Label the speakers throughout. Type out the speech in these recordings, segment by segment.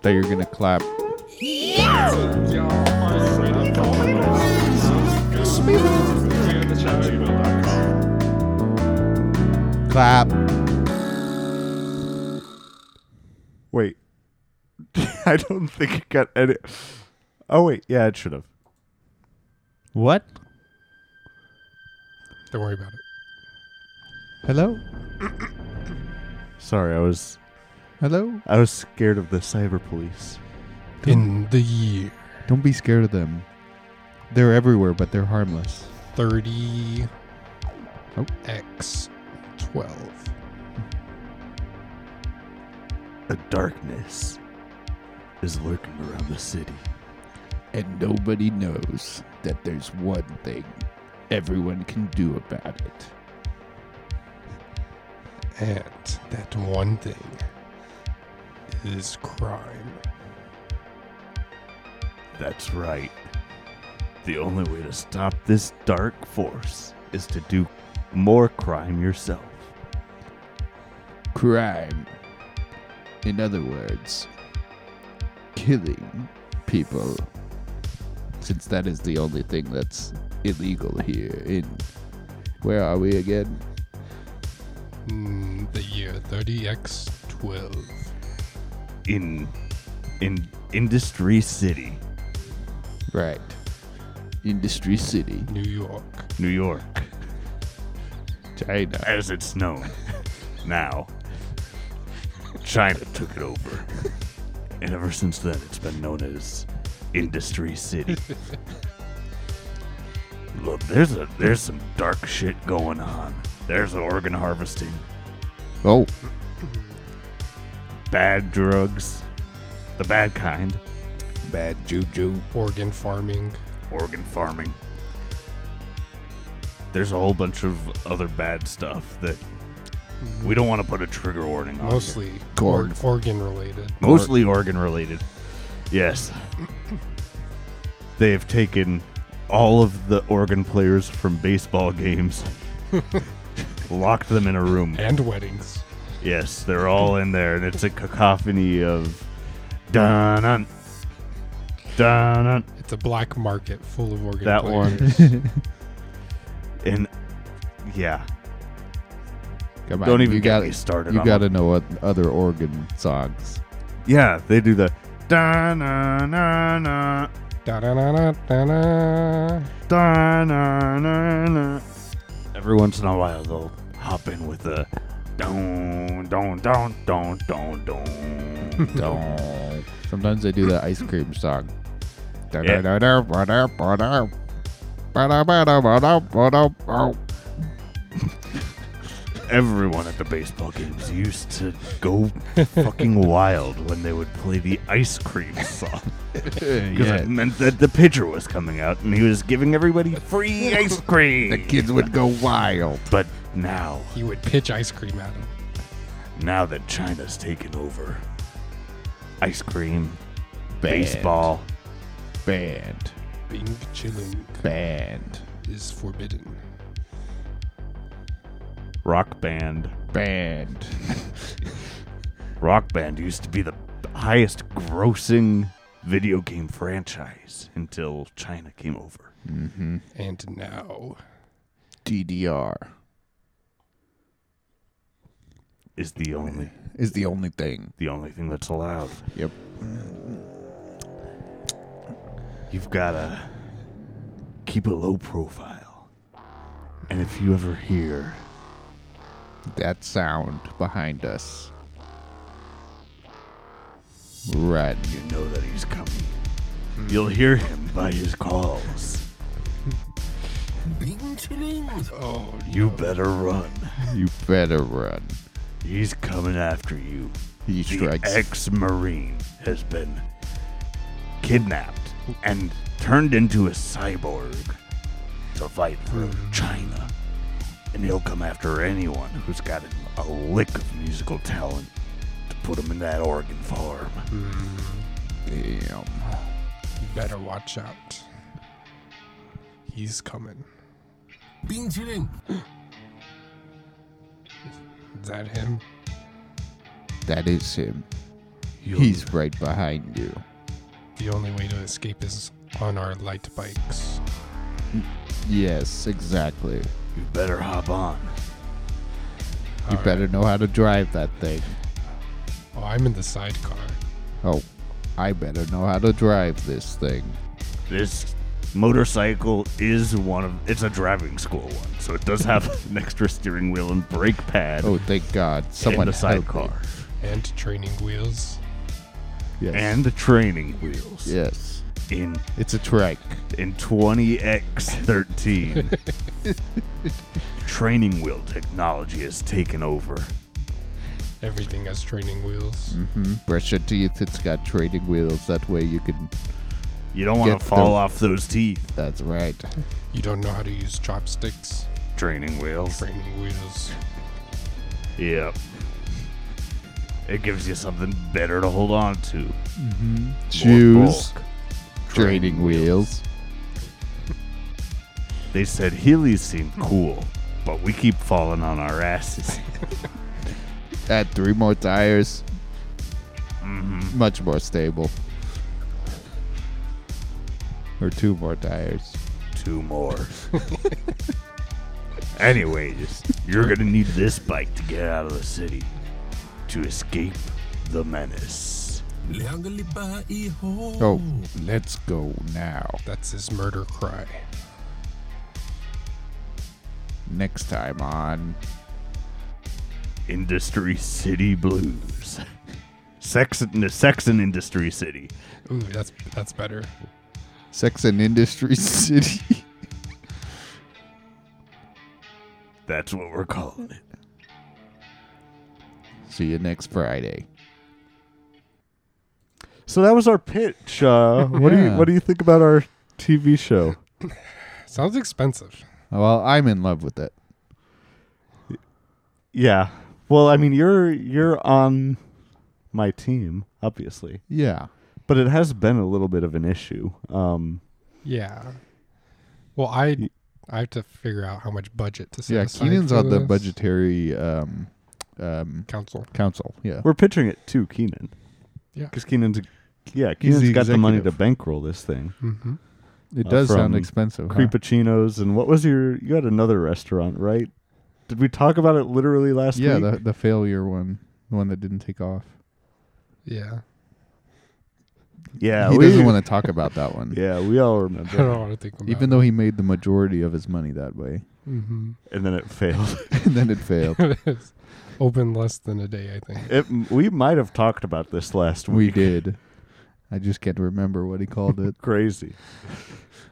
Speaker 1: thought you were gonna clap. Clap.
Speaker 2: Wait. I don't think it got any. Oh, wait. Yeah, it should have.
Speaker 1: What?
Speaker 3: Don't worry about it.
Speaker 1: Hello?
Speaker 2: Sorry, I was
Speaker 1: Hello?
Speaker 2: I was scared of the cyber police.
Speaker 3: In the year
Speaker 1: Don't be scared of them. They're everywhere, but they're harmless.
Speaker 3: 30
Speaker 1: Oh.
Speaker 3: X 12.
Speaker 2: The darkness is lurking around the city.
Speaker 4: And nobody knows that there's one thing everyone can do about it.
Speaker 3: And that one thing is crime.
Speaker 2: That's right. The only way to stop this dark force is to do more crime yourself.
Speaker 4: Crime. In other words, killing people. Since that is the only thing that's illegal here in. Where are we again?
Speaker 3: In Mm, the year 30X 12.
Speaker 2: In in Industry City,
Speaker 4: Right. Industry City,
Speaker 3: New York.
Speaker 2: New York,
Speaker 4: China.
Speaker 2: as it's known. now. China took it over. And ever since then it's been known as Industry City. Look, there's a there's some dark shit going on. There's organ harvesting.
Speaker 4: Oh,
Speaker 2: bad drugs, the bad kind,
Speaker 4: bad juju.
Speaker 3: Organ farming.
Speaker 2: organ farming. There's a whole bunch of other bad stuff that we don't want to put a trigger warning on. here.
Speaker 3: Mostly
Speaker 4: Corn.
Speaker 3: org- organ related.
Speaker 2: mostly organ related. Yes. They have taken all of the organ players from baseball games, locked them in a room.
Speaker 3: And weddings.
Speaker 2: Yes, they're all in there, and it's a cacophony of dun dun dun
Speaker 3: It's a black market full of organ
Speaker 2: That one.
Speaker 3: players.
Speaker 2: And yeah,
Speaker 4: Come on.
Speaker 2: don't even
Speaker 4: you
Speaker 2: get
Speaker 4: got
Speaker 2: me started.
Speaker 4: You
Speaker 2: on
Speaker 4: got to know what other organ songs.
Speaker 2: Yeah, they do the da na na na
Speaker 3: Da-da-da-da-da.
Speaker 2: da na na na. Every once in a while, they'll hop in with a don don don don don don.
Speaker 4: Don't. Sometimes I do the ice cream song.
Speaker 2: Oh. Yeah. Everyone at the baseball games used to go fucking wild when they would play the ice cream song. Because
Speaker 4: yeah.
Speaker 2: it meant that the pitcher was coming out and he was giving everybody free ice cream.
Speaker 4: The kids would go wild.
Speaker 2: But now,
Speaker 3: He would pitch ice cream at him.
Speaker 2: now that China's taken over, ice cream,
Speaker 4: Banned.
Speaker 2: baseball,
Speaker 4: Banned.
Speaker 3: Being chilling
Speaker 4: Banned.
Speaker 3: is forbidden.
Speaker 2: rock band.
Speaker 4: Banned.
Speaker 2: Rock band used to be the highest grossing video game franchise until China came over.
Speaker 3: And now,
Speaker 4: DDR
Speaker 2: Is the only
Speaker 4: is the only thing.
Speaker 2: the only thing that's allowed.
Speaker 4: Yep.
Speaker 2: You've gotta keep a low profile. And if you ever hear
Speaker 4: That sound behind us. Run.
Speaker 2: you know that he's coming. You'll hear him by his calls.
Speaker 3: being chilling. Oh,
Speaker 2: You better run.
Speaker 4: You better run.
Speaker 2: He's coming after you.
Speaker 4: He
Speaker 2: The
Speaker 4: strikes.
Speaker 2: ex Marine has been kidnapped and turned into a cyborg to fight for China. And he'll come after anyone who's got a lick of musical talent to put him in that organ farm.
Speaker 4: Damn.
Speaker 3: you better watch out. He's coming.
Speaker 5: Being chilling.
Speaker 3: Is that him?
Speaker 4: That is him.
Speaker 6: You'll-
Speaker 4: He's right behind you.
Speaker 3: The only way to escape is on our light bikes.
Speaker 4: Yes, exactly.
Speaker 6: You better hop on.
Speaker 4: You
Speaker 3: All
Speaker 4: better know how to drive that thing.
Speaker 3: Oh, I'm in the sidecar.
Speaker 4: Oh, I better know how to drive this thing.
Speaker 6: This motorcycle is one of it's a driving school one, so it does have an extra steering wheel and brake pad
Speaker 4: Oh, thank God.
Speaker 6: and
Speaker 4: Someone
Speaker 6: the
Speaker 4: help me.
Speaker 6: sidecar
Speaker 3: And training wheels.
Speaker 4: Yes.
Speaker 6: and the training wheels.
Speaker 4: yes.
Speaker 6: In
Speaker 4: It's a trike.
Speaker 6: in 20x13. training wheel technology has taken over.
Speaker 3: Everything has training wheels.
Speaker 4: Hmm, Brush your teeth. It's got trading wheels. That way you can.
Speaker 6: You don't want
Speaker 4: Get
Speaker 6: to fall
Speaker 4: the-
Speaker 6: off those teeth.
Speaker 4: That's right.
Speaker 3: You don't know how to use chopsticks.
Speaker 6: Training wheels.
Speaker 3: Training wheels.
Speaker 6: Yep. It gives you something better to hold on to.
Speaker 4: Shoes.
Speaker 6: bulk.
Speaker 4: Trading wheels.
Speaker 6: They said Heelys seem cool, but we keep falling on our asses.
Speaker 4: Add three more tires. Much more stable. Or two more tires.
Speaker 6: Two more. Anyways, you're gonna need this bike to get out of the city to escape the menace.
Speaker 7: Liangalipa iho.
Speaker 4: Oh, let's go now.
Speaker 3: That's his murder cry.
Speaker 4: Next time on.
Speaker 6: Industry City Blues. Sex, no, sex and Industry City.
Speaker 3: Ooh, that's that's better.
Speaker 4: Sex and Industry City.
Speaker 6: That's what we're calling it.
Speaker 4: See you next Friday.
Speaker 2: So that was our pitch. Uh, What do you
Speaker 4: Yeah.
Speaker 2: What do you think about our TV show?
Speaker 3: Sounds expensive.
Speaker 4: Well, I'm in love with it.
Speaker 2: Yeah. Well, I mean, you're you're on my team, obviously,
Speaker 4: Yeah.
Speaker 2: but it has been a little bit of an issue. Um,
Speaker 3: Yeah. Well, I I have to figure out how much budget to set
Speaker 4: Yeah,
Speaker 3: aside
Speaker 4: Keenan's
Speaker 3: for
Speaker 4: on the
Speaker 3: this.
Speaker 4: budgetary um, um,
Speaker 3: council.
Speaker 4: council. Yeah.
Speaker 2: we're pitching it to Keenan.
Speaker 3: Yeah.
Speaker 2: Because Keenan's yeah,
Speaker 4: He's
Speaker 2: Keenan's
Speaker 4: the
Speaker 2: got the money to
Speaker 4: executive.
Speaker 2: bankroll this thing.
Speaker 3: Mm-hmm.
Speaker 4: It
Speaker 2: uh,
Speaker 4: does sound
Speaker 2: from
Speaker 4: expensive. huh?
Speaker 2: Creepachinos and what was your? You had another restaurant, right? Did we talk about it literally last
Speaker 4: Yeah,
Speaker 2: week?
Speaker 4: the, the failure one, the one that didn't take off.
Speaker 3: Yeah.
Speaker 2: yeah,
Speaker 4: he
Speaker 2: we,
Speaker 4: doesn't want to talk about that one.
Speaker 2: Yeah, we all
Speaker 3: I
Speaker 2: remember.
Speaker 3: don't want to think about
Speaker 4: Even though he made the majority of his money that way,
Speaker 3: hmm
Speaker 2: and then it failed.
Speaker 4: and then it failed.
Speaker 3: open less than a day, I think.
Speaker 2: It, we might have talked about this last
Speaker 4: we
Speaker 2: week.
Speaker 4: did. I just can't remember what he called it.
Speaker 2: Crazy,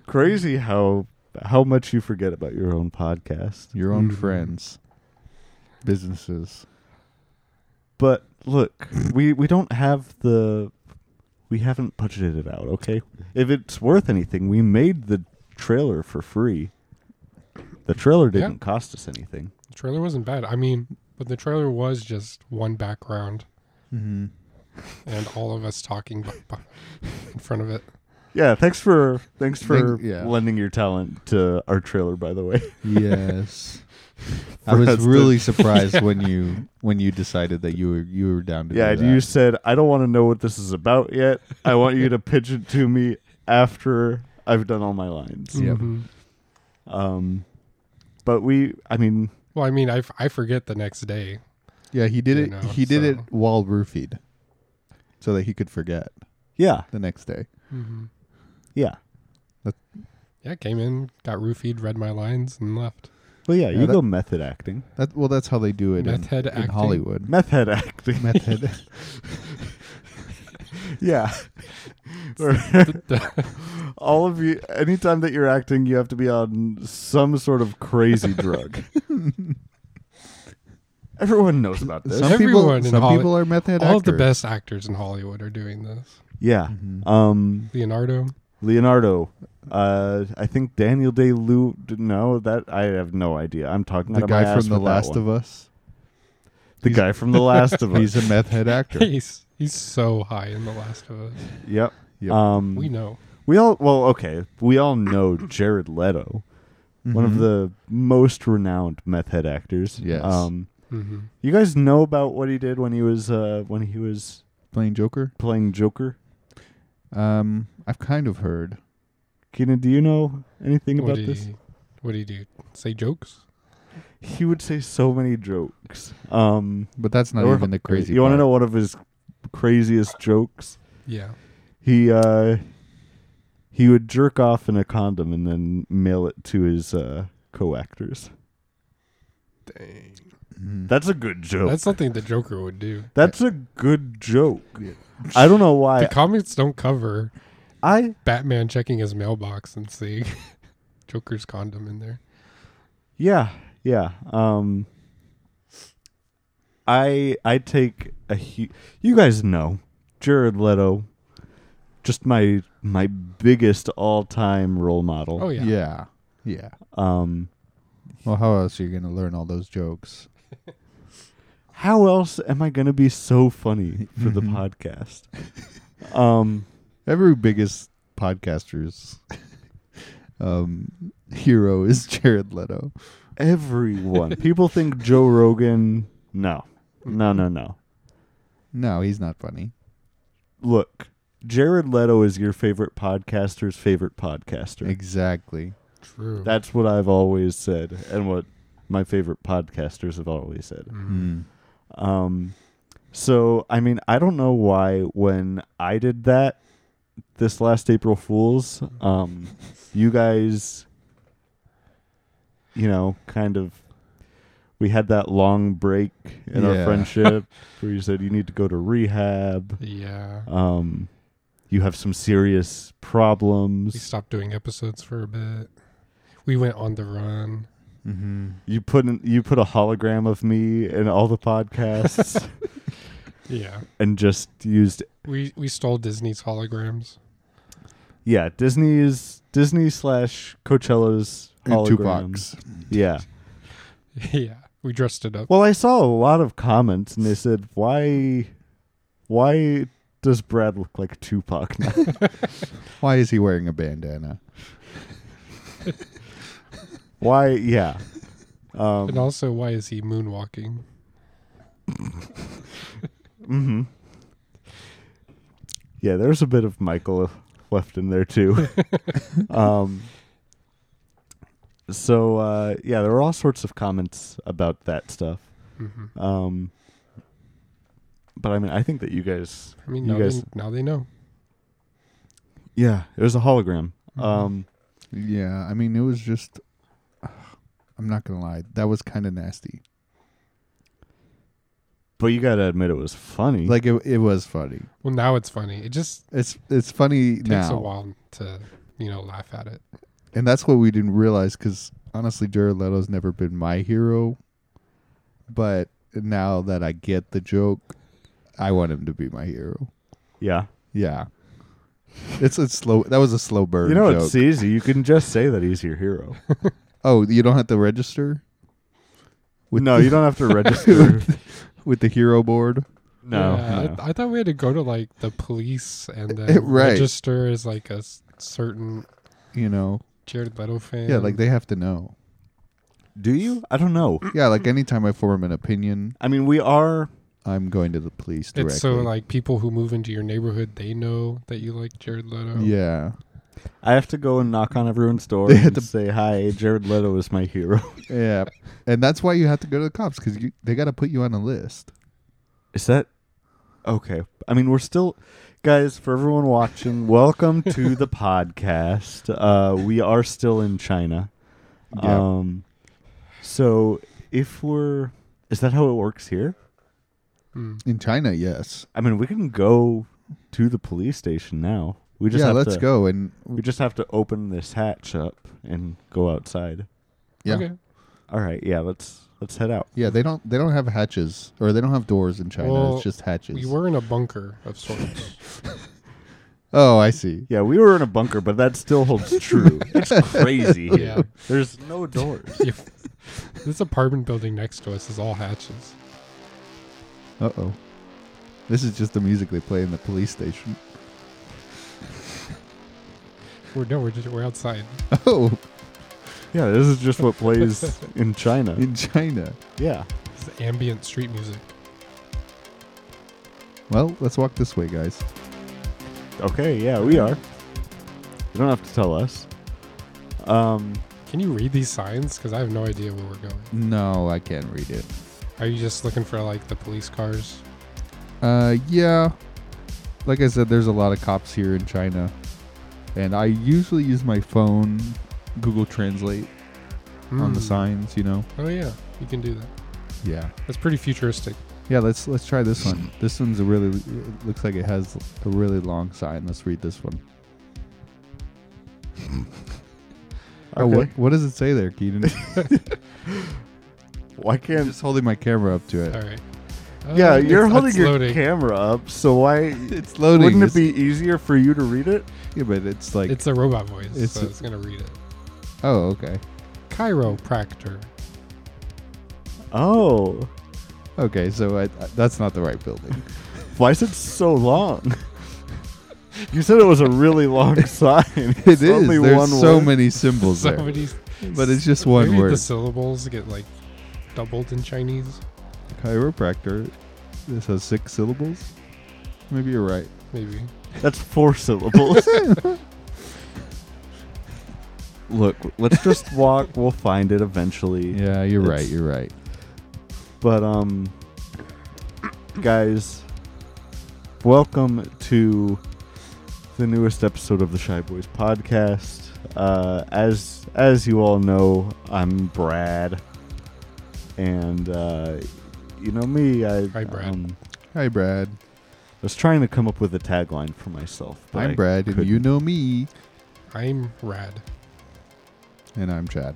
Speaker 2: crazy how how much you forget about your own podcast.
Speaker 4: Your own
Speaker 3: Mhm.
Speaker 4: friends, businesses.
Speaker 2: But look, we we don't have the we haven't budgeted it out, okay? If it's worth anything, we made the trailer for free. The trailer
Speaker 3: Yeah.
Speaker 2: didn't cost us anything.
Speaker 3: The trailer wasn't bad. I mean, but the trailer was just one background
Speaker 4: Mm-hmm.
Speaker 3: and all of us talking bu- bu- in front of it.
Speaker 2: Yeah, thanks for thanks for
Speaker 4: Thank- yeah.
Speaker 2: lending your talent to our trailer by the way.
Speaker 4: Yes. I
Speaker 2: For
Speaker 4: was
Speaker 2: us to-
Speaker 4: really surprised when you when you decided that you were you were down to
Speaker 2: Yeah,
Speaker 4: do
Speaker 2: and
Speaker 4: that.
Speaker 2: you said I don't want to know what this is about yet. I want you to pitch it to me after I've done all my lines.
Speaker 4: Yep.
Speaker 3: Mhm.
Speaker 2: Um but we I mean,
Speaker 3: Well, I mean, I, f- I forget the next day.
Speaker 4: yeah, he did
Speaker 3: you
Speaker 4: it.
Speaker 3: know,
Speaker 4: he did
Speaker 3: so-
Speaker 4: it while roofied, so that he could forget
Speaker 2: yeah,
Speaker 4: the next day. Mm-hmm.
Speaker 3: Mhm.
Speaker 2: yeah.
Speaker 3: Yeah, came in, got roofied, read my lines, and left.
Speaker 2: Well, yeah,
Speaker 4: Yeah,
Speaker 2: you
Speaker 4: that-
Speaker 2: go method acting.
Speaker 4: That well, that's how they do it in,
Speaker 3: Meth head
Speaker 4: in
Speaker 3: acting.
Speaker 4: Hollywood.
Speaker 2: Meth head acting.
Speaker 4: Meth head.
Speaker 2: Yeah. All of you, anytime that you're acting, you have to be on some sort of crazy drug. Everyone knows about this.
Speaker 4: some people,
Speaker 3: Everyone in
Speaker 4: some
Speaker 3: Holly-
Speaker 4: people are meth head
Speaker 3: All of the
Speaker 4: actors. Mm-hmm.
Speaker 3: best actors in Hollywood are doing this.
Speaker 2: Yeah. Um,
Speaker 3: Leonardo,
Speaker 2: Leonardo. Uh, I think Daniel Day Lewis. No, that I have no idea. I'm talking
Speaker 4: The
Speaker 2: out of
Speaker 4: guy
Speaker 2: my ass
Speaker 4: from The
Speaker 2: with that
Speaker 4: Last
Speaker 2: one.
Speaker 4: of Us.
Speaker 2: The guy from The Last of Us.
Speaker 4: He's a meth head actor.
Speaker 3: he's he's so high in The Last of Us.
Speaker 2: Yep.
Speaker 4: Yep.
Speaker 2: Um,
Speaker 3: We know.
Speaker 2: we all well, okay. We all know Jared Leto, one
Speaker 4: Mm-hmm.
Speaker 2: of the most renowned meth head actors.
Speaker 4: Yes.
Speaker 2: Um,
Speaker 3: hmm
Speaker 2: You guys know about what he did when he was uh, when he was
Speaker 4: playing Joker.
Speaker 2: playing Joker.
Speaker 4: Um, I've kind of heard.
Speaker 2: Keenan, do you know anything
Speaker 3: What
Speaker 2: about
Speaker 3: do you?
Speaker 2: this?
Speaker 3: What do you do? Say jokes?
Speaker 2: He would say so many jokes. Um,
Speaker 4: But that's not
Speaker 2: Or-
Speaker 4: even the crazy.
Speaker 2: You want to
Speaker 4: part.
Speaker 2: know one of his craziest jokes?
Speaker 3: Yeah.
Speaker 2: He uh, he would jerk off in a condom and then mail it to his uh, co-actors.
Speaker 3: Dang.
Speaker 4: Mhm.
Speaker 2: That's a good joke.
Speaker 3: That's something the Joker would do.
Speaker 2: That's a good joke. I don't know
Speaker 3: The
Speaker 2: why.
Speaker 3: comics don't cover
Speaker 2: I
Speaker 3: Batman checking his mailbox and seeing Joker's condom in there.
Speaker 2: yeah yeah. Um, I I take a hu- you guys know Jared Leto, just my my biggest all time role model.
Speaker 3: Oh yeah.
Speaker 4: Yeah. Yeah.
Speaker 2: Um,
Speaker 4: Well, how else are you gonna learn all those jokes?
Speaker 2: how else am I gonna be so funny for the podcast? Um,
Speaker 4: Every biggest podcaster's um, hero is Jared Leto.
Speaker 2: everyone. People think Joe Rogan. No,
Speaker 3: Mm.
Speaker 2: no, no, no.
Speaker 4: No, he's not funny.
Speaker 2: Look, Jared Leto is your favorite podcaster's favorite podcaster.
Speaker 4: Exactly.
Speaker 3: True.
Speaker 2: That's what I've always said, and what my favorite podcasters have always said.
Speaker 4: Mm.
Speaker 2: Um, so I mean, I don't know why when I did that this last April Fools, um, you guys, you know, kind of, we had that long break in our
Speaker 4: Yeah.
Speaker 2: friendship where you said you need to go to rehab.
Speaker 3: yeah.
Speaker 2: Um, you have some serious
Speaker 3: We
Speaker 2: problems.
Speaker 3: stopped doing episodes for a bit. We went on the run.
Speaker 4: hmm
Speaker 2: You put in, you put a hologram of me in all the podcasts
Speaker 3: Yeah.
Speaker 2: and just used
Speaker 3: We we stole Disney's holograms.
Speaker 2: Yeah, Disney's Disney slash Coachella's
Speaker 4: And
Speaker 2: holograms.
Speaker 4: Tupac's.
Speaker 2: Yeah.
Speaker 3: yeah. We dressed it up.
Speaker 2: Well, I saw a lot of comments, and they said, "Why, why does Brad look like Tupac now?"
Speaker 4: Why is he wearing a bandana?
Speaker 2: why? Yeah. Um,
Speaker 3: and also, why is he moonwalking?
Speaker 2: hmm Yeah, there's a bit of Michael left in there too. um, so uh, yeah, there were all sorts of comments about that stuff.
Speaker 3: hmm
Speaker 2: Um, but I mean, I think that you guys
Speaker 3: I mean,
Speaker 2: You
Speaker 3: now,
Speaker 2: guys-
Speaker 3: they, now they know.
Speaker 2: Yeah, it was a hologram.
Speaker 3: Mhm.
Speaker 4: Uh,
Speaker 2: Um,
Speaker 4: Yeah, I mean, it was just. I'm not gonna lie, that was kind of nasty.
Speaker 2: but you gotta admit it was funny.
Speaker 4: Like it, it was funny.
Speaker 3: Well, now it's funny. It just
Speaker 4: It's it's funny
Speaker 3: takes a
Speaker 4: now,
Speaker 3: while to you know laugh at it.
Speaker 4: and that's what we didn't realize. Because honestly, Jared Leto's never been my hero, but now that I get the joke, I want him to be my hero.
Speaker 2: yeah,
Speaker 4: Yeah, it's a slow. That was a slow burn.
Speaker 2: you know
Speaker 4: joke.
Speaker 2: it's easy. You can just say that he's your hero.
Speaker 4: oh, you don't have to register With-
Speaker 2: no, you don't have to register.
Speaker 4: with the hero board.
Speaker 2: no,
Speaker 3: Yeah,
Speaker 2: no.
Speaker 3: I, I thought we had to go to like the police and
Speaker 4: Eh,
Speaker 3: then
Speaker 4: right.
Speaker 3: register as like a s- certain
Speaker 4: You know,
Speaker 3: Jared Leto fan.
Speaker 4: yeah, like they have to know.
Speaker 2: do you? I don't know.
Speaker 4: Yeah, like anytime I form an opinion,
Speaker 2: I mean, we are.
Speaker 4: I'm going to the police directly.
Speaker 3: It's so like people who move into your neighborhood, they know that you like Jared Leto.
Speaker 4: yeah,
Speaker 2: I have to go and knock on everyone's door
Speaker 4: They had
Speaker 2: and
Speaker 4: to-
Speaker 2: say, "Hi, Jared Leto is my hero."
Speaker 4: yeah, and that's why you have to go to the cops because they got to put you on a list.
Speaker 2: Is that okay? I mean, we're still, guys. For everyone watching, welcome to the podcast. Uh, we are still in China.
Speaker 4: Yeah.
Speaker 3: Oh.
Speaker 2: Um, so if we're, is that how it works here?
Speaker 3: Mm.
Speaker 4: In China, yes.
Speaker 2: I mean, we can go to the police station now. We just
Speaker 4: Yeah,
Speaker 2: have
Speaker 4: let's
Speaker 2: to,
Speaker 4: go and
Speaker 2: We just have to open this hatch up and go outside.
Speaker 4: yeah,
Speaker 3: Okay.
Speaker 2: All right, yeah, let's let's head out.
Speaker 4: yeah. They don't they don't have hatches or they don't have doors in China.
Speaker 3: Well,
Speaker 4: it's just hatches.
Speaker 3: We were in a bunker of sorts.
Speaker 4: oh, I see.
Speaker 2: Yeah, we were in a bunker, but that still holds true. it's crazy here.
Speaker 3: Yeah.
Speaker 2: There's no doors.
Speaker 3: If- this apartment building next to us is all hatches.
Speaker 4: Uh oh, this is just the music they play in the police station.
Speaker 3: We're no, we're just we're outside.
Speaker 4: Oh,
Speaker 2: Yeah, this is just what plays in China.
Speaker 4: in China.
Speaker 2: Yeah.
Speaker 3: It's ambient street music.
Speaker 4: Well, let's walk this way, guys.
Speaker 2: Okay, yeah, we are. You don't have to tell us. Um,
Speaker 3: Can you read these signs? Because I have no idea where we're going.
Speaker 4: No, I can't read it.
Speaker 3: Are you just looking for like the police cars?
Speaker 4: Uh, yeah. Like I said, there's a lot of cops here in China, and I usually use my phone, Google Translate on the
Speaker 3: Hmm.
Speaker 4: signs. You know.
Speaker 3: Oh yeah, you can do that.
Speaker 4: Yeah.
Speaker 3: That's pretty futuristic.
Speaker 4: Yeah. Let's let's try this one. This one's a really it looks like it has a really long sign. Let's read this one. Oh,
Speaker 2: okay.
Speaker 4: what what does it say there, Keaton?
Speaker 2: Why
Speaker 4: I'm
Speaker 2: can't?
Speaker 4: just holding my camera up to it.
Speaker 3: All right.
Speaker 2: Yeah,
Speaker 3: Oh,
Speaker 2: you're
Speaker 3: it's-
Speaker 2: holding
Speaker 3: it's
Speaker 2: your
Speaker 3: loading.
Speaker 2: camera up, so why?
Speaker 4: It's loading.
Speaker 2: Wouldn't it
Speaker 4: it's,
Speaker 2: be easier for you to read it?
Speaker 4: Yeah, but it's like.
Speaker 3: It's a robot voice,
Speaker 4: It's-
Speaker 3: so it's gonna read it.
Speaker 4: oh, okay.
Speaker 3: Chiropractor.
Speaker 2: Oh,
Speaker 4: Okay, so I, I- that's not the right building.
Speaker 2: why is it so long? you said it was a really long sign.
Speaker 4: It is. There's so many symbols there,
Speaker 3: Somebody's.
Speaker 4: but it's just one
Speaker 3: Maybe
Speaker 4: word.
Speaker 3: the syllables get like doubled in Chinese.
Speaker 4: Chiropractor. This has six syllables. Maybe you're right.
Speaker 3: Maybe.
Speaker 2: That's four syllables. Look, let's just walk. We'll find it eventually.
Speaker 4: Yeah, you're
Speaker 2: It's-
Speaker 4: right. You're right.
Speaker 2: But um, guys, welcome to the newest episode of the Shy Boys podcast. Uh, as as you all know, I'm Brad, and uh, you know me. I
Speaker 3: Hi, Brad.
Speaker 2: um,
Speaker 4: Hi, Brad.
Speaker 2: was trying to come up with a tagline for myself. but
Speaker 4: I'm
Speaker 2: I
Speaker 4: Brad, and
Speaker 2: couldn't.
Speaker 4: you know me,
Speaker 3: I'm rad.
Speaker 4: and I'm Chad.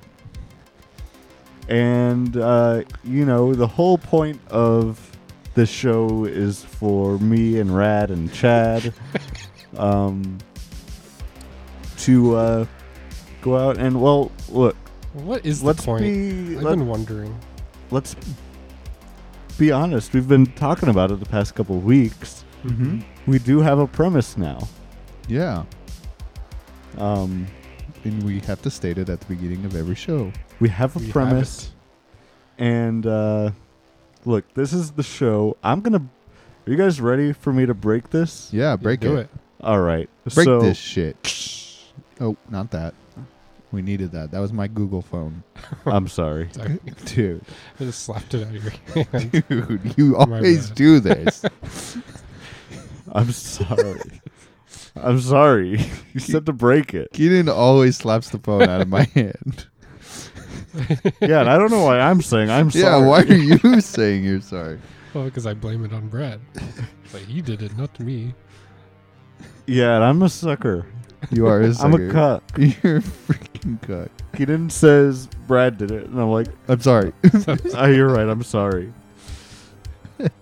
Speaker 2: And, uh, you know, the whole point of the show is for me and Rad and Chad um, to uh, go out and, well, look,
Speaker 3: What is
Speaker 2: let's
Speaker 3: the point?
Speaker 2: be,
Speaker 3: I've
Speaker 2: let,
Speaker 3: been wondering.
Speaker 2: let's be honest. We've been talking about it the past couple of weeks.
Speaker 4: Mm-hmm.
Speaker 2: We do have a premise now.
Speaker 4: Yeah,
Speaker 2: Um,
Speaker 4: and we have to state it at the beginning of every show.
Speaker 2: we have a
Speaker 3: We have
Speaker 2: premise.
Speaker 3: it.
Speaker 2: And uh, look, this is the show. I'm gonna. Are you guys ready for me to break this?
Speaker 4: Yeah, break
Speaker 3: Do
Speaker 4: it.
Speaker 3: it.
Speaker 2: All right.
Speaker 4: Break
Speaker 2: so,
Speaker 4: this shit. Oh, not that. We needed that. That was my Google phone,
Speaker 2: I'm sorry.
Speaker 3: Sorry.
Speaker 4: dude.
Speaker 3: I just slapped it out of your hand.
Speaker 4: Dude, you always
Speaker 3: bad.
Speaker 4: do this.
Speaker 2: I'm sorry. I'm sorry. You said to break it.
Speaker 4: Keaton always slaps the phone out of my hand.
Speaker 2: Yeah, and I don't know why I'm saying I'm sorry.
Speaker 4: Yeah, why are you saying you're sorry?
Speaker 3: well, because I blame it on Brad. But he did it, not me.
Speaker 2: Yeah, and I'm a sucker.
Speaker 4: You are a
Speaker 2: I'm a
Speaker 4: sucker.
Speaker 2: cuck.
Speaker 4: You're a freaking cuck.
Speaker 2: Keaton says Brad did it, and I'm like,
Speaker 4: I'm sorry.
Speaker 2: oh, you're right. I'm sorry. but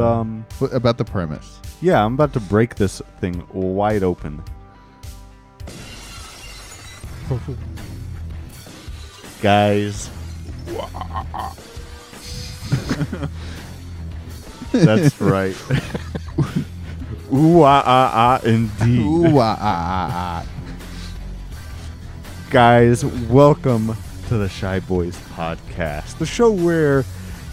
Speaker 4: Yeah.
Speaker 2: um,
Speaker 4: What about the premise?
Speaker 2: yeah, I'm about to break this thing wide open. guys. That's right. Ooh, ah, ah, ah, indeed.
Speaker 4: Ooh, ah, ah, ah,
Speaker 2: Guys, welcome to the Shy Boys podcast, the show where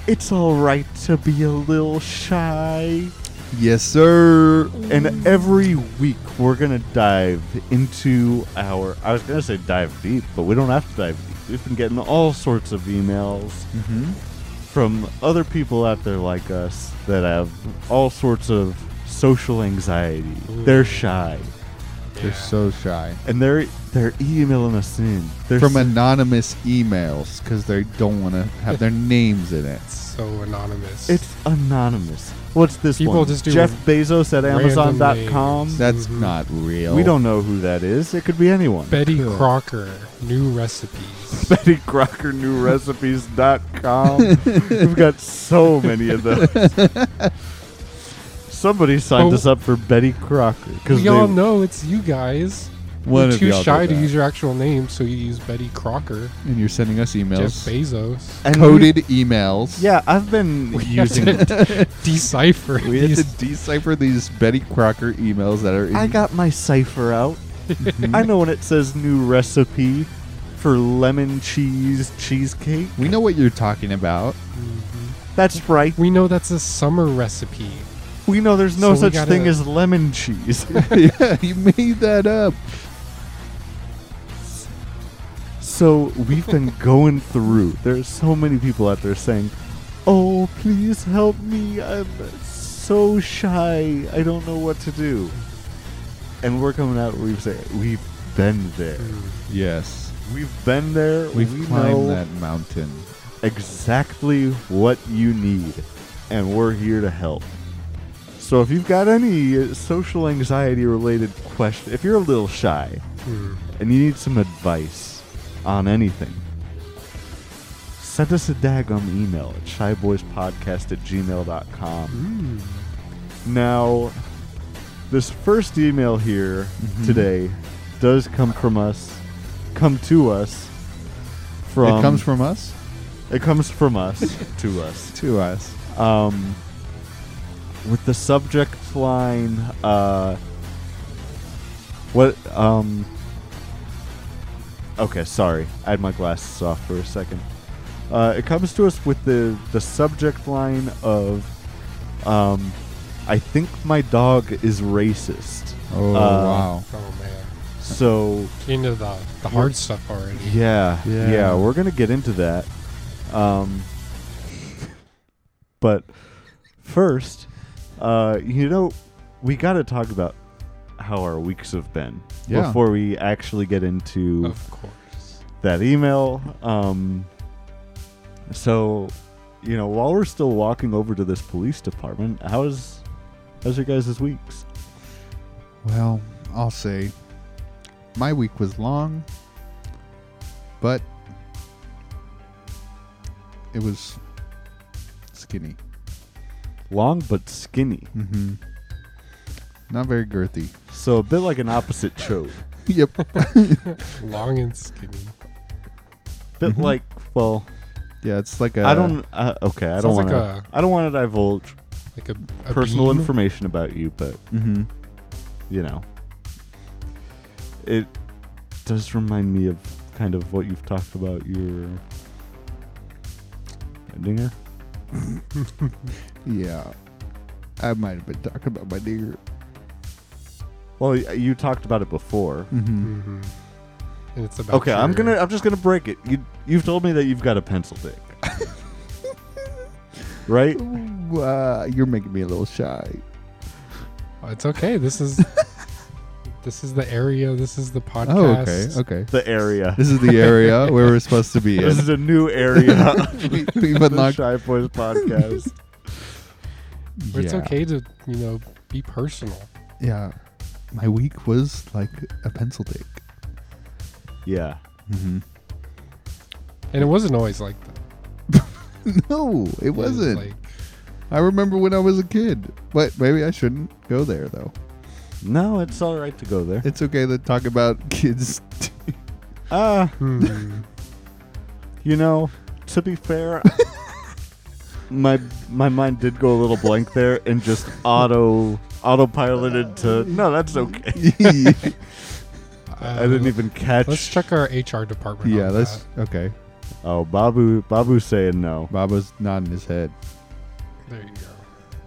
Speaker 2: it's all right to be a little shy.
Speaker 4: ah. Yes, sir.
Speaker 2: And every week we're going to dive into our. I was going to say dive deep, but we don't have to dive deep. We've been getting all sorts of emails
Speaker 4: Mm-hmm.
Speaker 2: from other people out there like us that have all sorts of social anxiety. They're shy,
Speaker 4: They're so shy.
Speaker 2: and they're they're emailing us in. They're
Speaker 4: From
Speaker 2: s-
Speaker 4: anonymous emails because they don't want to have their names in it.
Speaker 3: So anonymous.
Speaker 2: it's anonymous. What's this
Speaker 3: People
Speaker 2: one?
Speaker 3: just do
Speaker 2: Jeff Bezos at
Speaker 3: random
Speaker 2: Amazon.com.
Speaker 3: names.
Speaker 4: That's
Speaker 3: Mhm.
Speaker 4: not real.
Speaker 2: Mm-hmm. We don't know who that is. It could be anyone.
Speaker 3: Betty Crocker, new recipes.
Speaker 2: Betty Crocker New Recipes.com. We've got so many of those. Somebody signed
Speaker 3: Oh.
Speaker 2: us up for Betty Crocker because
Speaker 3: we all know it's you guys.
Speaker 4: One
Speaker 3: You're
Speaker 4: of
Speaker 3: too
Speaker 4: y'all
Speaker 3: shy
Speaker 4: did
Speaker 3: to
Speaker 4: that.
Speaker 3: use your actual name, so you use Betty Crocker,
Speaker 4: And you're sending us
Speaker 3: Jeff
Speaker 4: emails.
Speaker 3: Bezos.
Speaker 2: and we-
Speaker 4: Coded emails.
Speaker 2: Yeah, I've been using.
Speaker 3: Decipher
Speaker 4: We had to
Speaker 3: these.
Speaker 4: decipher these Betty Crocker emails that are in
Speaker 2: I got my cipher out. I know when it says new recipe for lemon cheese cheesecake.
Speaker 4: We know what you're talking about.
Speaker 2: That's right.
Speaker 3: We know that's a summer recipe.
Speaker 2: We know there's no
Speaker 3: So we
Speaker 2: such
Speaker 3: gotta-
Speaker 2: thing as lemon cheese.
Speaker 4: yeah, you made that up.
Speaker 2: so we've been going through. There's so many people out there saying, "Oh, please help me! I'm so shy. I don't know what to do." And we're coming out. We've say we've been there.
Speaker 3: Hmm, Mm.
Speaker 4: Yes.
Speaker 2: We've been there.
Speaker 4: We've
Speaker 2: we
Speaker 4: climbed
Speaker 2: know
Speaker 4: that mountain.
Speaker 2: exactly what you need, and we're here to help. So if you've got any uh, social anxiety related question, if you're a little shy
Speaker 3: Hmm.
Speaker 2: and you need some advice on anything, send us a daggum email at shyboyspodcast at gmail.com.
Speaker 4: Hmm.
Speaker 3: Mm.
Speaker 2: Now, this first email here
Speaker 4: Mm-hmm.
Speaker 2: today does come from us, come to us from
Speaker 4: it comes from us
Speaker 2: it comes from us to us.
Speaker 4: to us.
Speaker 2: Um, with the subject line, uh, what? Um, okay, sorry, I had my glasses off for a second. Uh, it comes to us with the the subject line of, um, I think my dog is racist.
Speaker 4: Oh
Speaker 2: Uh,
Speaker 4: wow!
Speaker 3: Oh man,
Speaker 2: So
Speaker 3: into the the hard stuff already.
Speaker 2: yeah, yeah,
Speaker 4: Yeah.
Speaker 2: we're gonna get into that. Um, but first, uh, you know, we gotta talk about how our weeks have been
Speaker 4: Yeah. Oh.
Speaker 2: before we actually get into
Speaker 3: Of course.
Speaker 2: that email. Um, so, you know, while we're still walking over to this police department, how's how's your guys' weeks?
Speaker 4: Well, I'll say, my week was long, but it was skinny.
Speaker 2: Long but skinny,
Speaker 4: Mm-hmm. Not very girthy.
Speaker 2: so a bit like an opposite choke.
Speaker 4: Yep.
Speaker 3: Long and skinny.
Speaker 2: Bit
Speaker 4: Mm-hmm.
Speaker 2: like, well,
Speaker 4: yeah, it's like a.
Speaker 2: I don't. Uh, okay, I
Speaker 3: Sounds
Speaker 2: don't want
Speaker 3: like
Speaker 2: to.
Speaker 3: a-
Speaker 2: I don't want to divulge
Speaker 3: Like a, a
Speaker 2: personal
Speaker 3: beam.
Speaker 2: information about you, but
Speaker 4: hmm
Speaker 2: you know, it does remind me of kind of what you've talked about your dinger.
Speaker 4: Yeah, I might have been talking about my nigger.
Speaker 2: Well, y- you talked about it before.
Speaker 4: Mm-hmm.
Speaker 3: Mhm. And it's about.
Speaker 2: Okay, I'm
Speaker 3: your-
Speaker 2: gonna. I'm just gonna break it. You you've told me that you've got a pencil dick, right?
Speaker 4: Ooh, uh, you're making me a little shy.
Speaker 3: It's okay. This is. this is the area. This is the podcast.
Speaker 4: Oh, okay, okay.
Speaker 2: The area.
Speaker 4: This is the area where we're supposed to be
Speaker 2: This
Speaker 4: in.
Speaker 2: is a new area.
Speaker 4: We- We've
Speaker 2: of the
Speaker 4: unlocked.
Speaker 2: Shy Boys podcast.
Speaker 3: But It's
Speaker 4: Yeah.
Speaker 3: okay to you know be personal.
Speaker 4: Yeah, my week was like a pencil dick.
Speaker 2: yeah.
Speaker 4: Mm-hmm.
Speaker 3: And it wasn't always like that.
Speaker 4: No, it
Speaker 3: It was
Speaker 4: wasn't.
Speaker 3: Like,
Speaker 4: I remember when I was a kid. But maybe I shouldn't go there though.
Speaker 2: No, it's all right to go there.
Speaker 4: It's okay to talk about kids.
Speaker 2: Ah,
Speaker 3: hmm.
Speaker 2: you know, to be fair, my my mind did go a little blank there and just auto autopiloted to no, that's okay.
Speaker 4: yeah,
Speaker 2: I didn't even catch.
Speaker 3: uh, Let's check our HR department. on
Speaker 4: that's
Speaker 3: that.
Speaker 4: okay.
Speaker 2: Oh, Babu, Babu's saying no.
Speaker 4: Baba's nodding his head.
Speaker 3: There you go.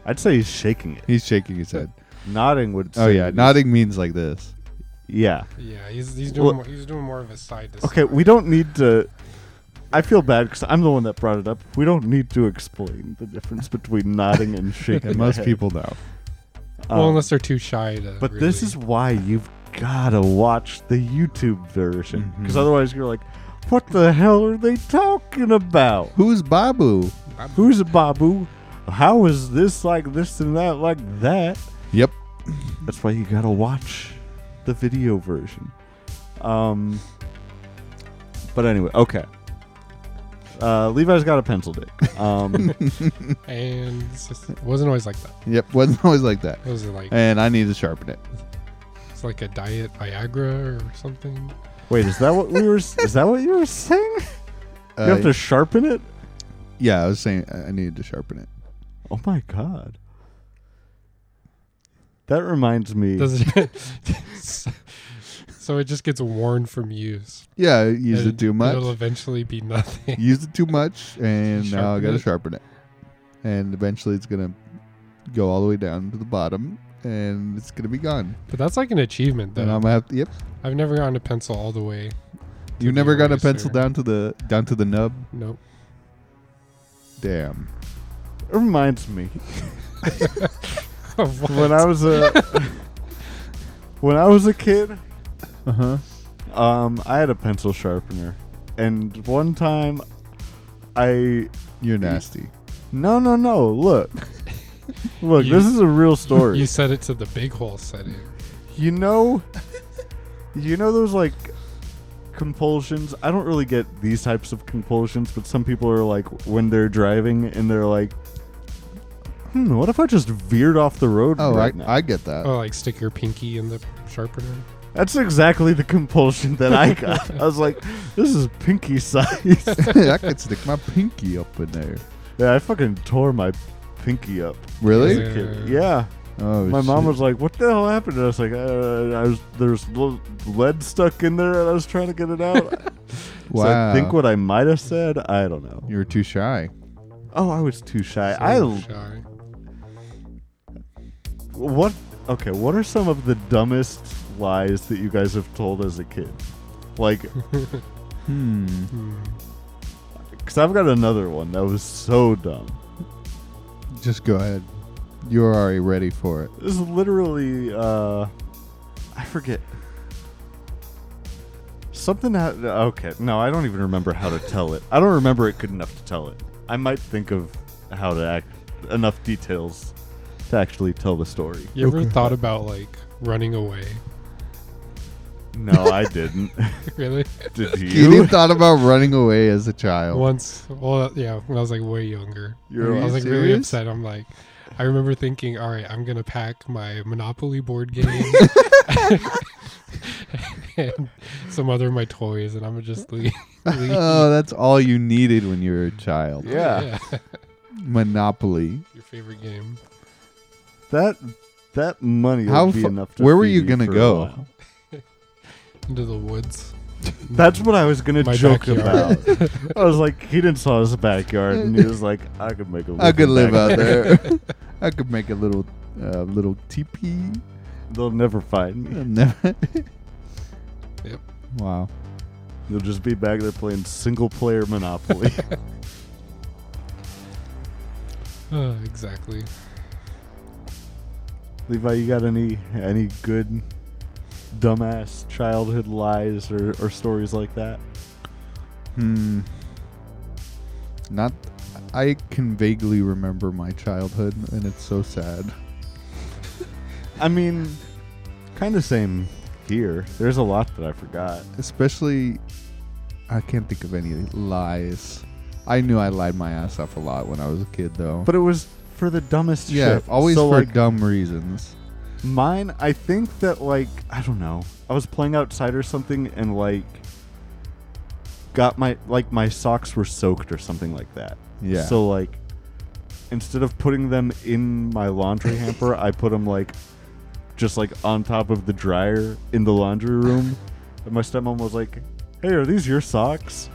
Speaker 2: I'd say he's shaking it.
Speaker 4: He's shaking his head.
Speaker 2: Nodding would.
Speaker 4: Oh
Speaker 2: say
Speaker 4: yeah,
Speaker 2: he's-
Speaker 4: nodding means like this.
Speaker 2: Yeah.
Speaker 3: Yeah, he's he's
Speaker 2: Well-
Speaker 3: doing more, he's doing more of a side. To
Speaker 2: Okay,
Speaker 3: side.
Speaker 2: we don't need to. I feel bad because I'm the one that brought it up. We don't need to explain the difference between nodding and shaking.
Speaker 4: And most
Speaker 2: the head.
Speaker 4: people know.
Speaker 2: Um,
Speaker 3: well, unless they're too shy to.
Speaker 2: But this
Speaker 3: really-
Speaker 2: is why you've gotta watch the YouTube version, because
Speaker 4: Mhm.
Speaker 2: otherwise you're like, "What the hell are they talking about?
Speaker 4: Who's Babu?
Speaker 2: Who's Babu? How is this like this and that like that?"
Speaker 4: Yep.
Speaker 2: That's why you gotta watch the video version. Um. But anyway, okay. Uh, Levi's got a pencil dick. Um,
Speaker 3: and it's just, it wasn't always like that.
Speaker 4: Yep. Wasn't always like that.
Speaker 3: It was like
Speaker 4: And I need to sharpen it.
Speaker 3: it's like a diet Viagra or something.
Speaker 2: wait, is that what we were? s- Is that what you were saying?
Speaker 4: Uh,
Speaker 2: you have to sharpen it.
Speaker 4: yeah, I was saying I I needed to sharpen it.
Speaker 2: Oh my god. That reminds me.
Speaker 3: Does it? so it just gets worn from use.
Speaker 4: Yeah, I used
Speaker 3: And
Speaker 4: it too much.
Speaker 3: It'll eventually be nothing.
Speaker 4: Used it too much, and now I
Speaker 3: Sharpen
Speaker 4: gotta
Speaker 3: it.
Speaker 4: sharpen it. and eventually it's gonna go all the way down to the bottom, and it's gonna be gone.
Speaker 3: But that's like an achievement,
Speaker 4: And I'm
Speaker 3: though.
Speaker 4: gonna have to. Yep,
Speaker 3: I've never gotten a pencil all the way.
Speaker 4: you
Speaker 3: the
Speaker 4: never got a pencil
Speaker 3: eraser.
Speaker 4: down to the down to the nub.
Speaker 3: Nope.
Speaker 4: Damn.
Speaker 2: It reminds me
Speaker 3: What?
Speaker 2: when I was a when I was a kid.
Speaker 4: Uh
Speaker 3: Uh-huh.
Speaker 4: huh.
Speaker 2: Um, I had a pencil sharpener, and one time, I
Speaker 4: You're nasty.
Speaker 2: no no no look, look
Speaker 3: You-
Speaker 2: this is a real story.
Speaker 3: you said it to the big hole setting.
Speaker 2: You know, you know those like compulsions. I don't really get these types of compulsions, but some people are like when they're driving and they're like, "Hmm, what if I just veered off the road?"
Speaker 4: Oh,
Speaker 2: right
Speaker 4: I,
Speaker 2: now?
Speaker 4: I get that.
Speaker 3: Oh, like stick your pinky in the sharpener.
Speaker 2: That's exactly the compulsion that I got. I was like, "This is pinky size."
Speaker 4: I could stick my pinky up in there.
Speaker 2: yeah, I fucking tore my pinky up.
Speaker 4: Really?
Speaker 3: Yeah.
Speaker 2: Kid. Yeah,
Speaker 4: Oh,
Speaker 2: my mom
Speaker 4: shit.
Speaker 2: was like, "What the hell happened?" And I was like, uh, "I was there's l- lead stuck in there, and I was trying to get it out."
Speaker 4: Wow.
Speaker 2: So I think what I might have said, I don't know.
Speaker 4: you were too shy.
Speaker 2: Oh, I was too shy.
Speaker 3: So
Speaker 2: I l-
Speaker 3: shy.
Speaker 2: what? Okay, what are some of the dumbest lies that you guys have told as a kid? Like,
Speaker 4: Hmm.
Speaker 2: because I've got another one that was so dumb.
Speaker 4: Just go ahead. You're already ready for it.
Speaker 2: This is literally, uh, I forget. Something ha- okay. No, I don't even remember how to tell it. I don't remember it good enough to tell it. I might think of how to act enough details to actually tell the story.
Speaker 3: You ever thought about like running away?
Speaker 2: No, I didn't.
Speaker 3: really?
Speaker 2: Did
Speaker 4: You,
Speaker 2: you?
Speaker 4: thought about running away as a child.
Speaker 3: Once, well, yeah, when I was like way younger,
Speaker 2: You're
Speaker 3: I
Speaker 4: Are
Speaker 3: was
Speaker 4: you
Speaker 3: like really
Speaker 4: serious?
Speaker 3: upset. I'm like, I remember thinking, all right, I'm gonna pack my Monopoly board game and some other of my toys, and I'm gonna just leave. leave.
Speaker 4: Oh, that's all you needed when you were a child.
Speaker 2: Yeah,
Speaker 4: Monopoly.
Speaker 3: your favorite game.
Speaker 2: that that money
Speaker 4: How
Speaker 2: would be
Speaker 4: fu-
Speaker 2: enough. To
Speaker 4: where were
Speaker 2: feed
Speaker 4: you
Speaker 2: me
Speaker 4: gonna
Speaker 2: for a
Speaker 4: go?
Speaker 2: while.
Speaker 3: Into the woods.
Speaker 2: That's what I was gonna
Speaker 3: My
Speaker 2: joke
Speaker 3: backyard.
Speaker 2: about. I was like, he didn't saw his backyard, and he was like, I could make a.
Speaker 4: I could
Speaker 2: living
Speaker 4: live
Speaker 2: back
Speaker 4: out there. I could make a little, uh, little teepee.
Speaker 2: They'll never find me.
Speaker 4: And never-
Speaker 3: Yep.
Speaker 4: Wow.
Speaker 2: They'll just be back there playing single player Monopoly.
Speaker 3: Uh, exactly.
Speaker 2: Levi, you got any any good dumbass childhood lies or, or stories like that?
Speaker 4: Hmm. Not. I can vaguely remember my childhood, and it's so sad.
Speaker 2: I mean, kind of same here. There's a lot that I forgot.
Speaker 4: especially I can't think of any lies. I knew I lied my ass off a lot when I was a kid, though.
Speaker 2: But it was for the dumbest
Speaker 4: yeah,
Speaker 2: shit.
Speaker 4: always
Speaker 2: so,
Speaker 4: for
Speaker 2: like,
Speaker 4: dumb reasons.
Speaker 2: Mine, I think that like I don't know. I was playing outside or something, and like got my like my socks were soaked or something like that.
Speaker 4: Yeah.
Speaker 2: So like instead of putting them in my laundry hamper, I put them like just like on top of the dryer in the laundry room. And my stepmom was like, "Hey, are these your socks?"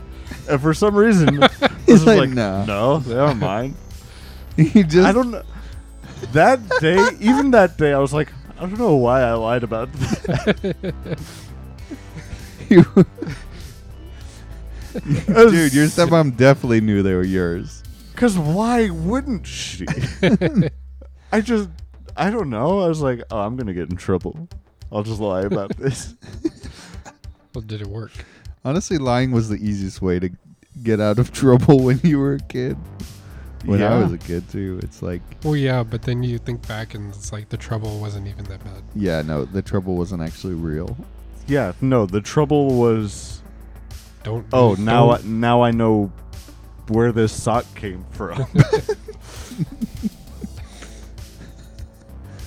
Speaker 2: And for some reason, I was
Speaker 4: like,
Speaker 2: like,
Speaker 4: "No."
Speaker 2: no, they are mine."
Speaker 4: you just
Speaker 2: I don't know. That day, even that day, I was like, I don't know why I lied about that.
Speaker 4: you, dude. Your stepmom definitely knew they were yours.
Speaker 2: Because why wouldn't she? I just, I don't know. I was like, oh, I'm going to get in trouble. I'll just lie about this.
Speaker 3: Well, did it work?
Speaker 4: Honestly, lying was the easiest way to get out of trouble when you were a kid. When I
Speaker 2: Yeah.
Speaker 4: was a kid too, it's like,
Speaker 3: Well, yeah, but then you think back and it's like the trouble wasn't even that bad.
Speaker 4: yeah, no, the trouble wasn't actually real.
Speaker 2: Yeah, no, the trouble was,
Speaker 3: Don't.
Speaker 2: oh, now, I,
Speaker 3: don't-
Speaker 2: now I know where this sock came from.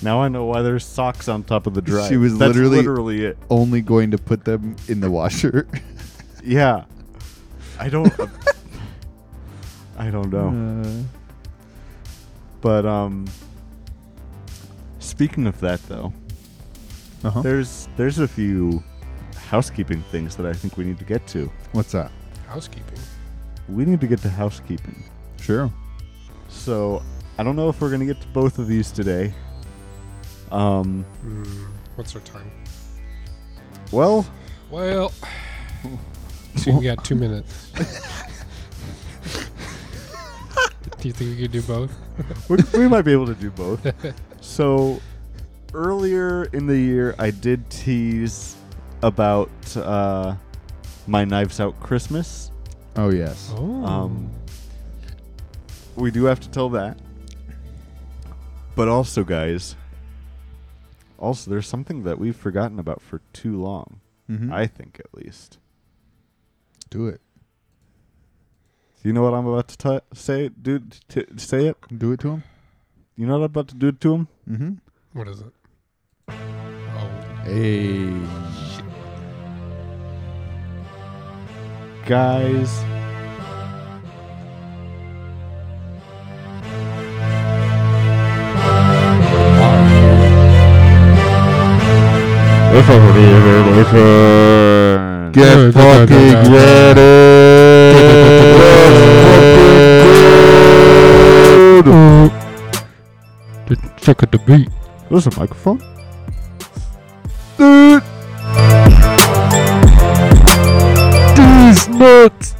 Speaker 2: now I know why there's socks on top of the dryer.
Speaker 4: was
Speaker 2: That's
Speaker 4: literally-
Speaker 2: literally it.
Speaker 4: Only going to put them in the washer.
Speaker 2: Yeah. I don't uh, I don't know.
Speaker 4: Uh,
Speaker 2: But um speaking of that though,
Speaker 4: uh-huh.
Speaker 2: there's there's a few housekeeping things that I think we need to get to.
Speaker 4: What's that?
Speaker 3: housekeeping.
Speaker 2: We need to get to housekeeping.
Speaker 4: Sure.
Speaker 2: So I don't know if we're gonna get to both of these today. Um,
Speaker 3: Mm, what's our time?
Speaker 2: well,
Speaker 3: Well, so we got two minutes. do you think we could do both?
Speaker 2: we, we might be able to do both. So earlier in the year, I did tease about uh, my Knives Out Christmas.
Speaker 4: Oh yes.
Speaker 3: Oh,
Speaker 2: Um, we do have to tell that. But also, guys, also there's something that we've forgotten about for too long.
Speaker 4: Mm-hmm.
Speaker 2: I think, at least.
Speaker 4: do it.
Speaker 2: You know what I'm about to t- say, dude? T- say it.
Speaker 4: Do it to him.
Speaker 2: You know what I'm about to do to him?
Speaker 4: Mm-hmm.
Speaker 3: what is it? Oh,
Speaker 4: Hey.
Speaker 2: Guys.
Speaker 4: Get fucking ready.
Speaker 3: check at the beat.
Speaker 2: There's a microphone?
Speaker 4: These nuts.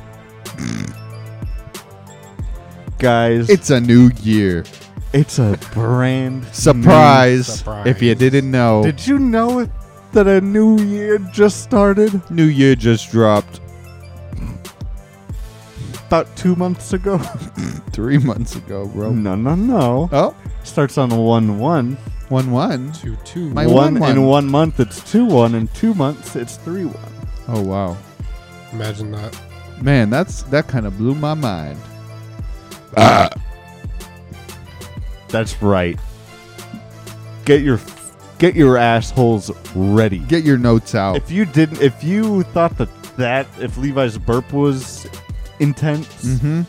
Speaker 2: Guys,
Speaker 4: It's a new year.
Speaker 2: it's a brand new-
Speaker 4: Surprise.
Speaker 3: Surprise.
Speaker 4: If you didn't know,
Speaker 2: Did you know it, that a new year just started
Speaker 4: new year just dropped
Speaker 2: about two months ago?
Speaker 4: three months ago, bro.
Speaker 2: no, no, no.
Speaker 4: Oh,
Speaker 2: Starts on one one.
Speaker 4: one one.
Speaker 3: Two two.
Speaker 4: My-
Speaker 2: One,
Speaker 4: one-one.
Speaker 2: in one month, it's two one. In two months, it's three one.
Speaker 4: Oh wow,
Speaker 3: Imagine that.
Speaker 4: man, that's that kind of blew my mind.
Speaker 2: That's right. Get your get your assholes ready.
Speaker 4: Get your notes out.
Speaker 2: If you didn't, if you thought that that if Levi's burp was intense,
Speaker 4: Mm-hmm.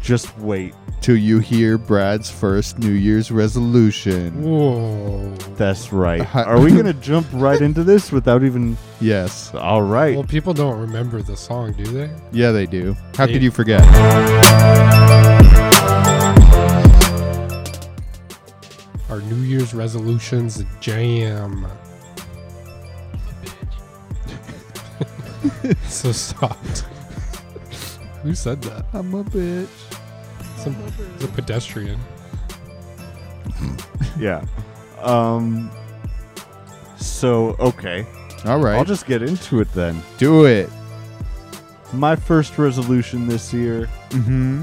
Speaker 2: just wait.
Speaker 4: Till you hear Brad's first New Year's resolution.
Speaker 3: Whoa.
Speaker 2: That's right.
Speaker 4: Uh-huh.
Speaker 2: Are we gonna jump right into this without even?
Speaker 4: Yes.
Speaker 2: All right.
Speaker 3: Well, people don't remember the song, do they?
Speaker 4: Yeah, they do. How
Speaker 3: They-
Speaker 4: could you forget?
Speaker 3: Our New Year's resolutions jam. so soft. Who said that?
Speaker 4: I'm a bitch.
Speaker 3: Some the pedestrian.
Speaker 2: yeah. Um. So okay,
Speaker 4: All right,
Speaker 2: I'll just get into it then.
Speaker 4: do it.
Speaker 2: My first resolution this year.
Speaker 4: Mm-hmm.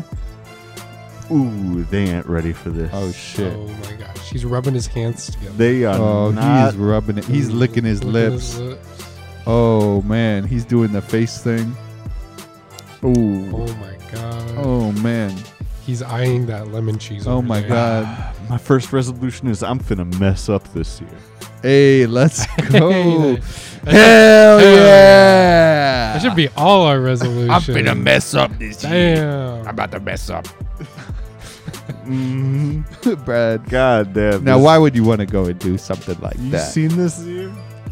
Speaker 2: Ooh, they ain't ready for this.
Speaker 4: Oh shit.
Speaker 3: Oh my gosh. He's rubbing his hands together.
Speaker 2: They are
Speaker 4: Oh,
Speaker 2: not.
Speaker 4: he's rubbing it. He's licking his
Speaker 3: Look at his
Speaker 4: lips.
Speaker 3: lip.
Speaker 4: Oh man, he's doing the face thing. Oh.
Speaker 3: Oh my god.
Speaker 4: Oh man.
Speaker 3: He's eyeing that lemon cheese.
Speaker 4: Oh
Speaker 3: over
Speaker 4: my
Speaker 3: there.
Speaker 4: god.
Speaker 2: My first resolution is I'm finna mess up this year.
Speaker 4: Hey, let's
Speaker 3: Oh,
Speaker 4: go.
Speaker 3: Hey,
Speaker 4: Hell yeah.
Speaker 3: That should be all our resolutions.
Speaker 8: I'm gonna mess up this year. I'm
Speaker 3: Damn.
Speaker 8: about to mess up.
Speaker 2: Mhm.
Speaker 4: Brad.
Speaker 2: God damn.
Speaker 4: Now,
Speaker 2: this-
Speaker 4: why would you want to go and do something like
Speaker 2: You
Speaker 4: that?
Speaker 2: seen this year?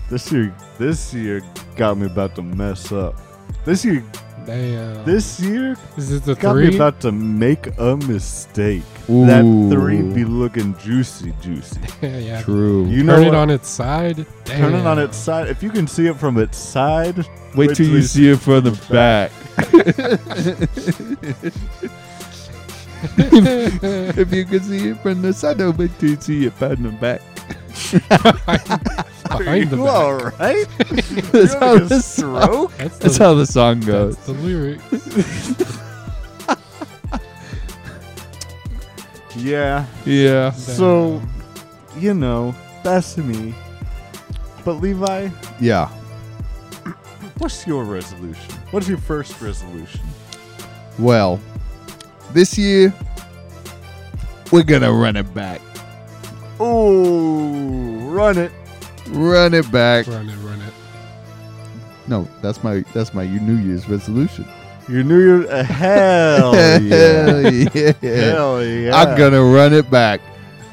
Speaker 2: This year, this year got me about to mess up. This year,
Speaker 3: Damn.
Speaker 2: this year
Speaker 3: is it the
Speaker 2: got
Speaker 3: three?
Speaker 2: me about to make a mistake. That three
Speaker 4: Ooh.
Speaker 2: be looking juicy, juicy.
Speaker 3: yeah.
Speaker 4: True.
Speaker 2: You know
Speaker 3: Turn it
Speaker 2: what?
Speaker 3: on its side.
Speaker 2: Turn it on
Speaker 3: Damn.
Speaker 2: its side. If you can see it from its side,
Speaker 4: Wait till you
Speaker 2: Literally-
Speaker 4: see it from the back. if, if you can see it from the side, don't wait till you see it from the back.
Speaker 3: behind the
Speaker 2: you
Speaker 3: back.
Speaker 2: all right?
Speaker 4: That's how,
Speaker 2: Like a
Speaker 4: the song,
Speaker 2: stroke?
Speaker 3: That's the,
Speaker 4: that's how the song goes.
Speaker 3: that's the lyric.
Speaker 2: Yeah.
Speaker 4: Yeah.
Speaker 2: So, you know, that's me. But Levi,
Speaker 4: Yeah.
Speaker 2: what's your resolution? What's your first resolution?
Speaker 4: Well, this year, we're going to run it back.
Speaker 2: Oh, run it.
Speaker 4: Run it back.
Speaker 3: Run it, run it.
Speaker 4: No, that's my that's my New Year's resolution.
Speaker 2: Your New Year, uh, hell yeah,
Speaker 4: Hell yeah.
Speaker 2: hell yeah.
Speaker 4: I'm gonna run it back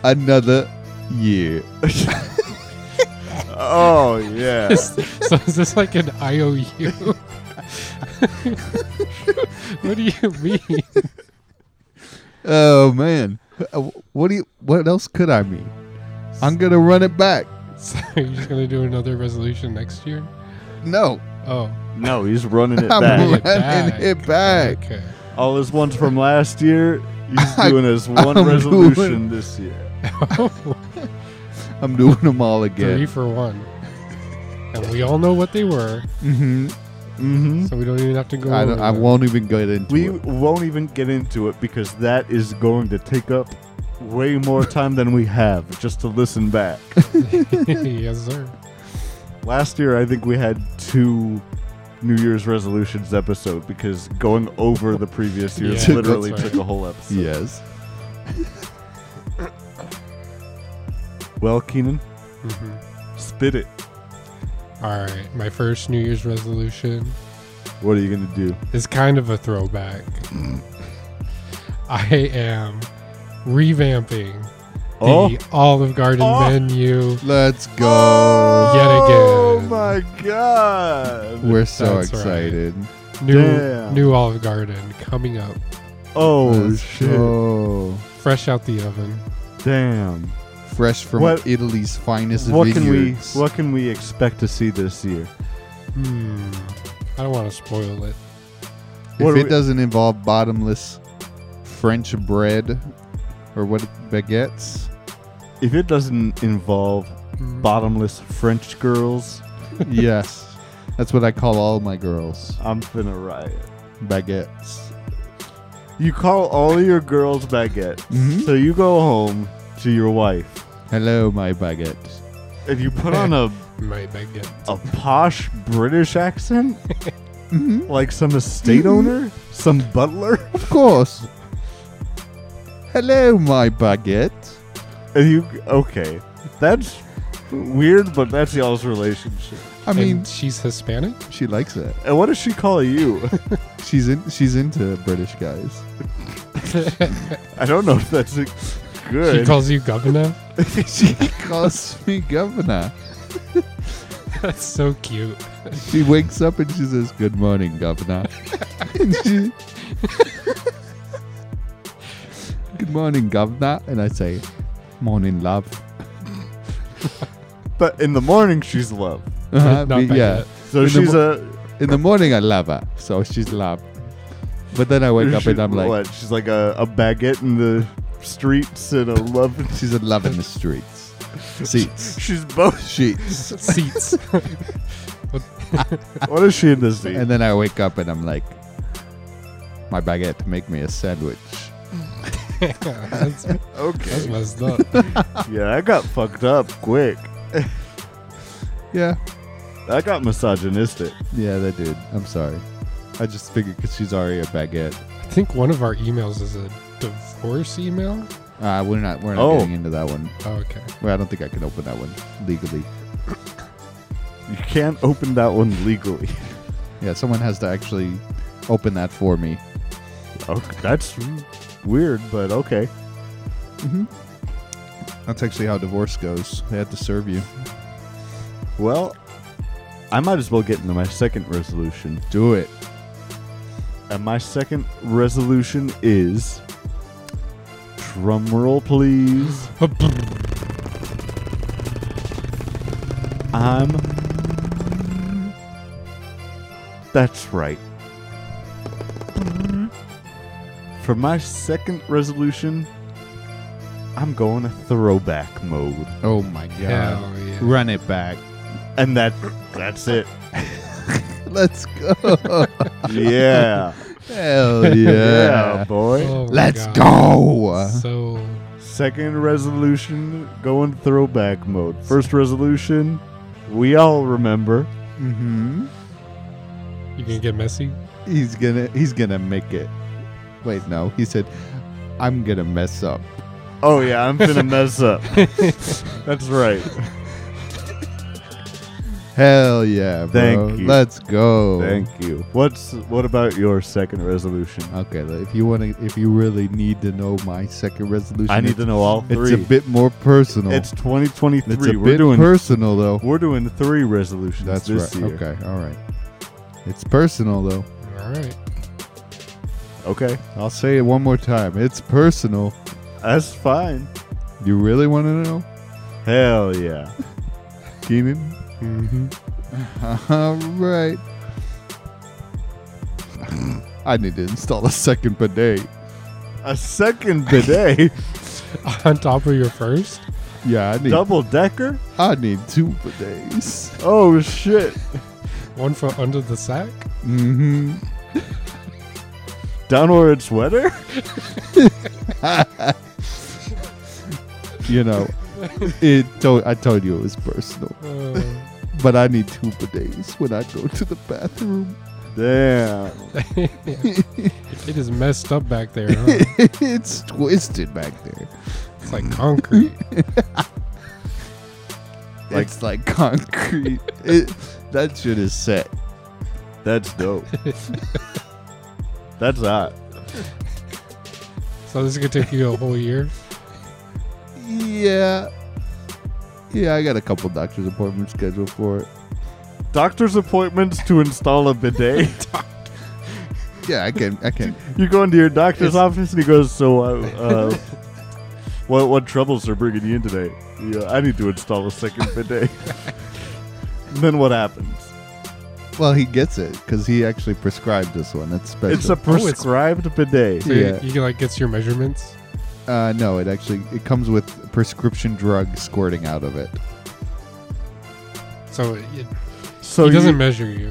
Speaker 4: another year.
Speaker 2: Oh yeah.
Speaker 3: so is this like an IOU? what do you mean?
Speaker 4: Oh man, Uh, what do you? What else could I mean? I'm gonna run it back.
Speaker 3: So you're just gonna do another resolution next year?
Speaker 4: No,
Speaker 3: Oh,
Speaker 2: No, he's running it
Speaker 4: I'm
Speaker 2: back.
Speaker 3: Run it
Speaker 4: running
Speaker 3: back.
Speaker 4: it back.
Speaker 3: okay.
Speaker 2: All his ones from last year, he's
Speaker 4: I-
Speaker 2: doing his one
Speaker 4: I'm
Speaker 2: resolution this year.
Speaker 4: I'm doing them all
Speaker 3: Three
Speaker 4: again.
Speaker 3: for one. And we all know what they were,
Speaker 4: Mm-hmm.
Speaker 2: Mm-hmm.
Speaker 3: so we don't even have to go.
Speaker 4: I, don't,
Speaker 3: over
Speaker 4: I
Speaker 3: them.
Speaker 4: won't even get into
Speaker 2: Oh. We
Speaker 4: it.
Speaker 2: won't even get into it because that is going to take up way more time than we have just to listen back.
Speaker 3: yes, sir.
Speaker 2: Last year, I think we had two New Year's resolutions episode because going over the previous year
Speaker 3: Yeah,
Speaker 2: literally
Speaker 3: that's right.
Speaker 2: took a whole episode.
Speaker 4: Yes.
Speaker 2: Well, Keenan,
Speaker 3: hmm
Speaker 2: spit it.
Speaker 3: All right, my first New Year's resolution
Speaker 2: What are you gonna do?
Speaker 3: is kind of a throwback. I am revamping
Speaker 2: Oh.
Speaker 3: the Olive Garden
Speaker 2: Oh.
Speaker 3: menu.
Speaker 4: Let's go.
Speaker 3: Yet again.
Speaker 2: Oh my god!
Speaker 4: We're so
Speaker 3: That's right.
Speaker 4: excited.
Speaker 3: New
Speaker 2: Damn.
Speaker 3: new Olive Garden coming up,
Speaker 2: Oh
Speaker 4: Let's
Speaker 2: shit!
Speaker 4: go.
Speaker 3: fresh out the oven.
Speaker 2: Damn!
Speaker 4: Fresh from
Speaker 2: What-
Speaker 4: Italy's finest
Speaker 2: What can we
Speaker 4: vineyards.
Speaker 2: What can we expect to see this year?
Speaker 3: Hmm. I don't want to spoil it.
Speaker 4: if
Speaker 2: what are
Speaker 4: it
Speaker 2: we-
Speaker 4: doesn't involve bottomless French bread or what baguettes,
Speaker 2: If it doesn't involve
Speaker 3: Mm.
Speaker 2: bottomless French girls,
Speaker 4: yes, that's what I call all my girls
Speaker 2: I'm finna riot.
Speaker 4: baguettes.
Speaker 2: You call all your girls baguette.
Speaker 3: Mm-hmm.
Speaker 4: Mhm.
Speaker 2: So you go home to your wife
Speaker 4: Hello, my baguette.
Speaker 2: and you put on a,
Speaker 3: My baguette.
Speaker 2: a posh British accent,
Speaker 3: Mm-hmm.
Speaker 2: like some estate owner, some butler,
Speaker 4: Of course. Hello, my baguette.
Speaker 2: and you okay? That's weird, but that's y'all's relationship.
Speaker 4: I mean,
Speaker 3: and she's Hispanic.
Speaker 4: she likes it.
Speaker 2: And what does she call you?
Speaker 4: She's in. She's into British guys.
Speaker 2: I don't know if that's a good.
Speaker 3: She calls you governor.
Speaker 4: she calls me governor.
Speaker 3: That's so cute.
Speaker 4: She wakes up and she says, "Good morning, governor." and she, Good morning, governor. And I say, "Morning, love."
Speaker 2: but in the morning, she's love.
Speaker 4: Uh-huh,
Speaker 3: Not
Speaker 4: but yeah.
Speaker 3: baguette.
Speaker 2: So
Speaker 4: In the
Speaker 2: she's
Speaker 4: mo-
Speaker 2: a.
Speaker 4: In the morning, I love her, so she's love. But then I wake up
Speaker 2: she-
Speaker 4: and I'm like,
Speaker 2: what? She's like a, a baguette in the streets and a love.
Speaker 4: "She's in love in the streets." Seats.
Speaker 2: she's both.
Speaker 4: sheets.
Speaker 3: Seats.
Speaker 2: What is she in this?
Speaker 4: And then I wake up and I'm like, my baguette to make me a sandwich.
Speaker 3: that's, that's
Speaker 2: Okay.
Speaker 3: messed up.
Speaker 2: Yeah, I got fucked up quick.
Speaker 4: Yeah.
Speaker 2: I got misogynistic.
Speaker 4: Yeah, that dude. I'm sorry. I just figured because she's already a baguette.
Speaker 3: I think one of our emails is a divorce email.
Speaker 4: Uh, we're not. We're not
Speaker 2: Oh.
Speaker 4: getting into that one.
Speaker 3: Oh, okay.
Speaker 4: Well, I don't think I can open that one legally.
Speaker 2: You can't open that one legally.
Speaker 4: Yeah, someone has to actually open that for me.
Speaker 2: Okay, Oh, that's weird, but okay.
Speaker 4: That's actually how divorce goes. They have to serve you.
Speaker 2: Well, I might as well get into my second resolution.
Speaker 4: Do it.
Speaker 2: And my second resolution is drum roll, please. I'm. That's right. For my second resolution, I'm going to throwback mode,
Speaker 4: Oh my god.
Speaker 3: Hell yeah.
Speaker 4: Run it back.
Speaker 2: and that that's it.
Speaker 4: Let's go.
Speaker 2: Yeah,
Speaker 4: Hell
Speaker 2: yeah,
Speaker 4: yeah.
Speaker 2: boy.
Speaker 3: Oh my
Speaker 4: Let's
Speaker 3: God.
Speaker 4: go.
Speaker 3: So
Speaker 2: Second resolution, going throwback mode. First resolution, we all remember.
Speaker 4: Mm-hmm.
Speaker 3: you gonna get messy?
Speaker 4: He's gonna he's gonna make it. Wait, no. He said, I'm gonna mess up.
Speaker 2: Oh yeah, I'm gonna mess up. That's right.
Speaker 4: Hell yeah, bro.
Speaker 2: Thank you.
Speaker 4: Let's go.
Speaker 2: Thank you. What's what about your second resolution?
Speaker 4: Okay, if you want to, if you really need to know my second resolution,
Speaker 2: I need to
Speaker 4: it's-
Speaker 2: know all
Speaker 4: It's
Speaker 2: three.
Speaker 4: a bit more personal.
Speaker 2: It's 2023.
Speaker 4: It's a
Speaker 2: we're
Speaker 4: bit
Speaker 2: doing
Speaker 4: personal though.
Speaker 2: we're doing three resolutions
Speaker 4: That's
Speaker 2: this
Speaker 4: right.
Speaker 2: year.
Speaker 4: Okay, all right. It's personal though.
Speaker 3: All right.
Speaker 2: Okay,
Speaker 4: I'll say it one more time. It's personal.
Speaker 2: that's fine.
Speaker 4: You really want to know,
Speaker 2: Hell yeah.
Speaker 4: Keenan?
Speaker 3: Mm-hmm.
Speaker 4: All right. I need to install a second bidet.
Speaker 2: A second bidet,
Speaker 3: On top of your first?
Speaker 4: Yeah, I need.
Speaker 2: double decker.
Speaker 4: I need two bidets.
Speaker 2: Oh shit.
Speaker 3: One for under the sack?
Speaker 4: Mm-hmm.
Speaker 2: Downward sweater.
Speaker 4: You know, it. Told, I told you it was personal,
Speaker 3: Uh,
Speaker 4: but I need two bidets when I go to the bathroom.
Speaker 2: Damn.
Speaker 3: it is messed up back there. Huh?
Speaker 4: it's twisted back there.
Speaker 3: It's like concrete.
Speaker 4: Like, it's like concrete. it, that shit is set.
Speaker 2: That's dope. that's hot.
Speaker 3: So this is gonna take you a whole year.
Speaker 4: Yeah. Yeah, I got a couple doctor's appointments scheduled for it.
Speaker 2: Doctor's appointments to install a bidet.
Speaker 4: Yeah, I can. I can.
Speaker 2: you go into your doctor's
Speaker 4: It's-
Speaker 2: office and he goes, "So, uh, uh, what what troubles are bringing you in today? Yeah, I need to install a second bidet." And then what happens?
Speaker 4: well, he gets it because he actually prescribed this one. Oh, It's special.
Speaker 2: It's a prescribed bidet.
Speaker 3: So you-
Speaker 4: Yeah.
Speaker 3: you, can like gets your measurements.
Speaker 4: uh, no, it actually it comes with prescription drug squirting out of it.
Speaker 3: So it, it,
Speaker 2: So
Speaker 3: he doesn't
Speaker 2: you-
Speaker 3: measure you.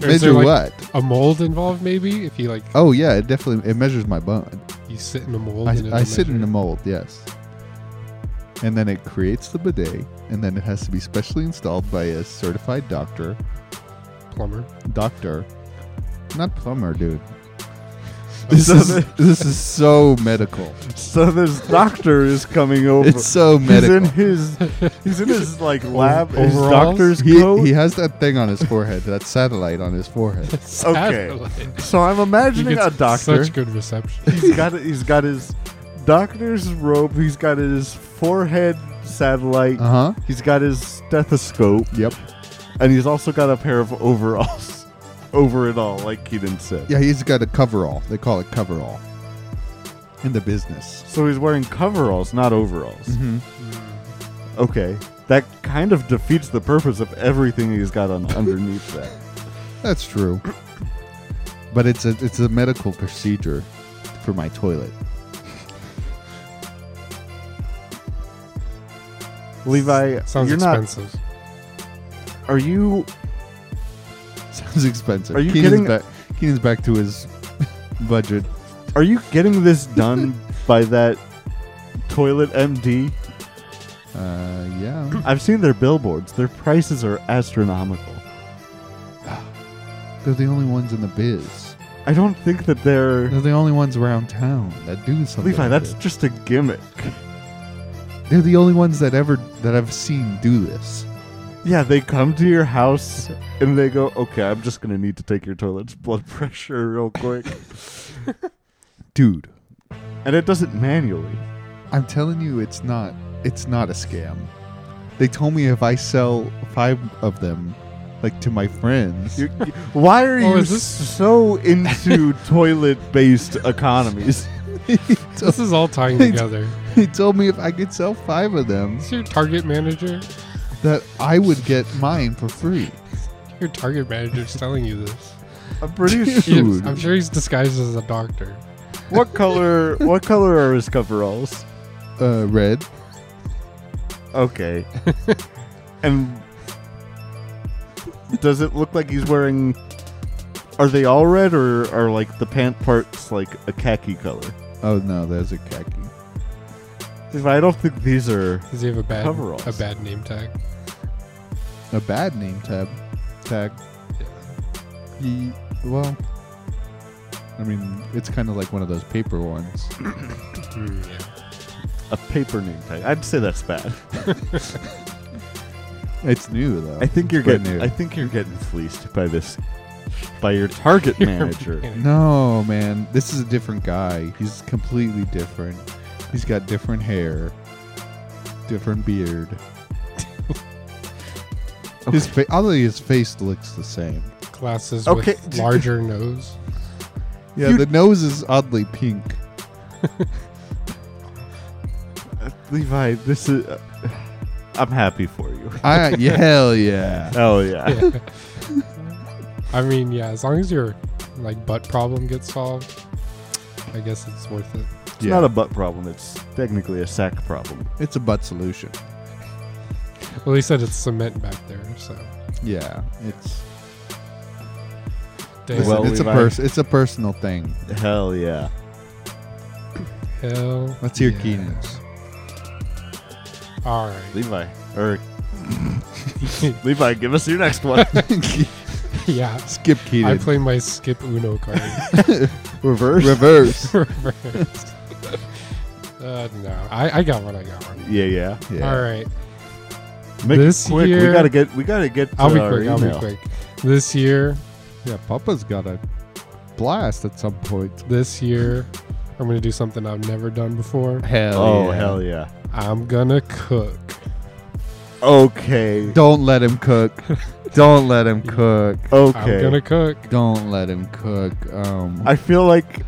Speaker 3: Or is
Speaker 4: Measure
Speaker 3: there, like,
Speaker 4: what?
Speaker 3: A mold involved, maybe. If you like,
Speaker 4: Oh yeah, it definitely it measures my bone.
Speaker 3: you sit in a mold.
Speaker 4: I,
Speaker 3: and it'll
Speaker 4: I sit in
Speaker 3: measure.
Speaker 4: the mold, yes. And then it creates the bidet, and then it has to be specially installed by a certified doctor.
Speaker 3: plumber.
Speaker 4: Doctor, not plumber, dude.
Speaker 2: This
Speaker 4: This is
Speaker 2: doesn't-
Speaker 4: this is so medical.
Speaker 2: so this doctor is coming over.
Speaker 4: It's so
Speaker 2: he's
Speaker 4: medical.
Speaker 2: in his he's in his like lab his
Speaker 3: overalls?
Speaker 2: doctor's
Speaker 4: he,
Speaker 2: coat.
Speaker 4: he has that thing on his forehead, that satellite on his forehead.
Speaker 3: Satellite.
Speaker 2: so I'm
Speaker 3: He
Speaker 2: imagining
Speaker 3: gets
Speaker 2: a doctor.
Speaker 3: Such good reception.
Speaker 2: he's got he's got his doctor's robe. He's got his forehead satellite.
Speaker 4: Uh huh.
Speaker 2: He's got his stethoscope,
Speaker 4: Yep.
Speaker 2: and he's also got a pair of overalls over it all, like Keaton said.
Speaker 4: Yeah, he's got a coverall. They call it coverall in the business.
Speaker 2: So he's wearing coveralls, not overalls.
Speaker 4: Mm-hmm.
Speaker 2: Okay, that kind of defeats the purpose of everything he's got on underneath that.
Speaker 4: That's true. But it's a it's a medical procedure for my toilet.
Speaker 2: Levi,
Speaker 3: Sounds
Speaker 2: you're
Speaker 3: expensive.
Speaker 2: not. Are you?
Speaker 4: Sounds expensive.
Speaker 2: Are you
Speaker 4: Keenan's
Speaker 2: kidding?
Speaker 4: Back, Keenan's back to his budget.
Speaker 2: Are you getting this done by that toilet MD?
Speaker 4: Uh, yeah.
Speaker 2: I've seen their billboards. Their prices are astronomical.
Speaker 4: They're the only ones in the biz.
Speaker 2: I don't think that they're.
Speaker 4: They're the only ones around town that do something.
Speaker 2: Levi,
Speaker 4: like
Speaker 2: that's
Speaker 4: this.
Speaker 2: just a gimmick.
Speaker 4: they're the only ones that ever that I've seen do this.
Speaker 2: Yeah, they come to your house and they go, okay, I'm just going to need to take your toilet's blood pressure real quick.
Speaker 4: Dude,
Speaker 2: and it does it manually.
Speaker 4: I'm telling you, it's not. It's not a scam. They told me if I sell five of them, like to my friends,
Speaker 2: You- you- why are
Speaker 3: Oh,
Speaker 2: you
Speaker 3: is this-
Speaker 2: so into toilet based economies?
Speaker 4: he,
Speaker 3: This
Speaker 4: told,
Speaker 3: is all tying
Speaker 4: It's-
Speaker 3: together.
Speaker 4: he told me if I could sell five of them,
Speaker 3: Is your target manager?
Speaker 4: that I would get mine for free.
Speaker 3: Your target manager's telling you this.
Speaker 2: I'm pretty
Speaker 3: He-
Speaker 2: sure.
Speaker 3: I'm sure he's disguised as a doctor.
Speaker 2: What color? What color are his coveralls?
Speaker 4: Uh, red.
Speaker 2: Okay. and does it look like he's wearing? Are they all red, or are like the pant parts like a khaki color?
Speaker 4: Oh no, there's a khaki.
Speaker 2: If I don't think these are.
Speaker 3: Does he have a bad
Speaker 2: Coveralls.
Speaker 3: a bad name tag?
Speaker 4: A bad name tab. Tag. Ye- well, I mean, it's kind of like one of those paper ones.
Speaker 3: Mm, yeah.
Speaker 2: A paper name tag. I'd say that's bad.
Speaker 4: It's new though.
Speaker 2: I think you're
Speaker 4: It's brand
Speaker 2: getting.
Speaker 4: new.
Speaker 2: I think you're getting fleeced by this, by your target manager.
Speaker 4: no, man, this is a different guy. He's completely different. He's got different hair, different beard. His fa- although his face looks the same.
Speaker 3: Glasses
Speaker 2: Okay.
Speaker 3: with larger nose.
Speaker 4: Yeah, the nose is oddly pink.
Speaker 2: Levi, this is. uh, I'm happy for you.
Speaker 4: I, yeah, hell yeah.
Speaker 2: Oh yeah.
Speaker 3: Yeah. I mean, yeah, as long as your like butt problem gets solved, I guess it's worth it.
Speaker 2: It's not a butt problem. It's technically a sack problem.
Speaker 4: It's a butt solution.
Speaker 3: Well, he said it's cement back there, so
Speaker 4: Yeah, it's
Speaker 3: damn.
Speaker 2: Well-
Speaker 4: it's a
Speaker 2: Levi.
Speaker 4: pers- it's a personal thing.
Speaker 2: Hell yeah.
Speaker 3: hell.
Speaker 4: Let's hear
Speaker 3: yeah.
Speaker 4: Keenan's.
Speaker 3: All right.
Speaker 2: Levi or Levi, give us your next one.
Speaker 3: Yeah.
Speaker 4: Skip
Speaker 3: I
Speaker 4: Keenan.
Speaker 3: play my skip Uno card.
Speaker 4: reverse. Reverse.
Speaker 3: reversed. uh, no, I, I got one. I got one.
Speaker 2: yeah, yeah.
Speaker 4: Yeah.
Speaker 3: All right.
Speaker 2: Make
Speaker 3: This
Speaker 2: it quick.
Speaker 3: year-
Speaker 2: we gotta get. We gotta get. To
Speaker 3: I'll be
Speaker 2: our
Speaker 3: quick. I'll be
Speaker 2: email.
Speaker 3: quick. This year,
Speaker 4: Yeah, Papa's got a blast at some point.
Speaker 3: this year, I'm gonna do something I've never done before.
Speaker 4: Hell
Speaker 2: Oh hell yeah.
Speaker 3: I'm gonna cook.
Speaker 2: Okay.
Speaker 4: Don't let him cook. Don't let him cook.
Speaker 2: Okay.
Speaker 3: I'm gonna cook.
Speaker 4: Don't let him cook. Um,
Speaker 2: I feel like